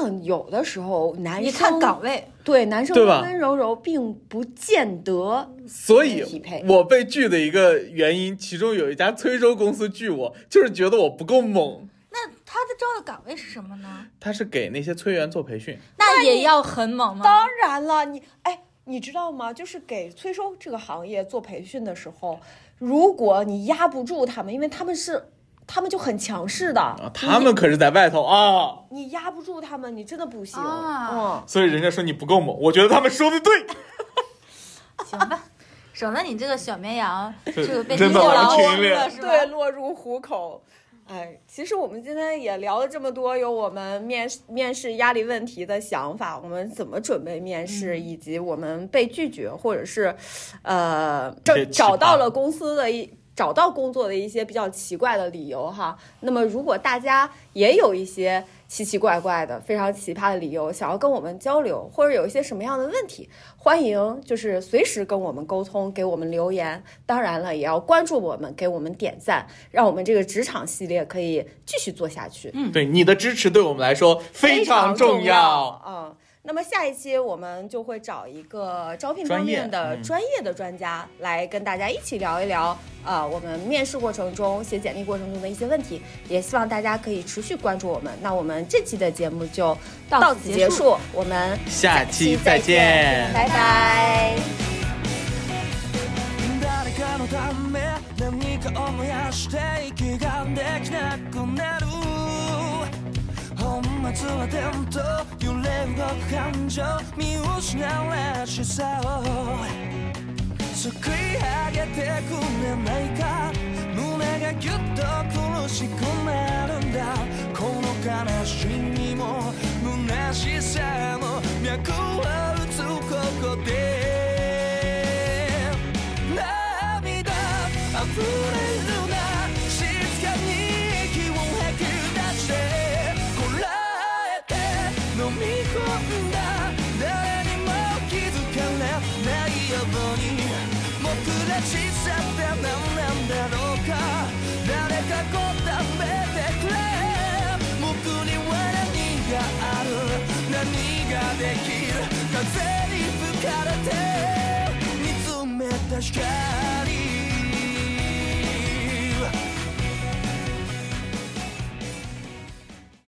S1: 但有的时候男生
S3: 你看岗位，
S1: 对男生
S2: 对吧
S1: 温温柔柔，并不见得
S2: 所
S1: 匹
S2: 以
S1: 配，
S2: 我被拒的一个原因，其中有一家崔州公司拒我，就是觉得我不够猛。
S3: 那他的招的岗位是什么呢？
S2: 他是给那些崔员做培训，
S3: 那也要很猛吗？
S1: 当然了，你哎，你知道吗？就是给催收这个行业做培训的时候，如果你压不住他们，因为他们是他们就很强势的，
S2: 啊，他们可是在外头啊，
S1: 你你压不住他们，你真的不行。
S3: 啊
S1: 嗯，
S2: 所以人家说你不够猛，我觉得他们说的对。
S3: 行吧，省得你这个小绵羊这个被
S2: 真的
S3: 落
S2: 狼
S3: 狼
S2: 群
S3: 窝了
S2: 猎
S3: 是吧？
S1: 对，落入虎口。哎，其实我们今天也聊了这么多，有我们面试面试压力问题的想法，我们怎么准备面试，
S3: 嗯
S1: 以及我们被拒绝或者是，呃，
S2: 些
S1: 找
S2: 奇葩
S1: 找到了公司的一。找到工作的一些比较奇怪的理由哈，那么如果大家也有一些奇奇怪怪的、非常奇葩的理由，想要跟我们交流，或者有一些什么样的问题，欢迎就是随时跟我们沟通，给我们留言。当然了，也要关注我们，给我们点赞，让我们这个职场系列可以继续做下去，
S2: 对你的支持对我们来说非常重要。
S1: 嗯，那么下一期我们就会找一个招聘
S2: 专
S1: 方
S2: 业
S1: 面的
S2: 嗯
S1: 专业的专家来跟大家一起聊一聊，呃，我们面试过程中、写简历过程中的一些问题。也希望大家可以持续关注我们。那我们这期的节目就
S3: 到
S1: 到
S3: 此
S1: 此
S3: 结
S1: 结
S3: 束
S1: 束，我们
S2: 下期再见。
S1: 拜拜。
S4: 誰かのため何かを燃やして息ができなくなる本末は転倒揺れ動く感情見失うらしさをすくい上げてくれないか胸がぎゅっと苦しくなるんだこの悲しみも虚しさも脈を打つここで涙あふれるな静かに息を吐き出してこらえて飲み込んだ誰にも気づかれないように僕らしさって何なんだろうか誰か答えてくれ僕には何がある何ができる風に吹かれて見つめた光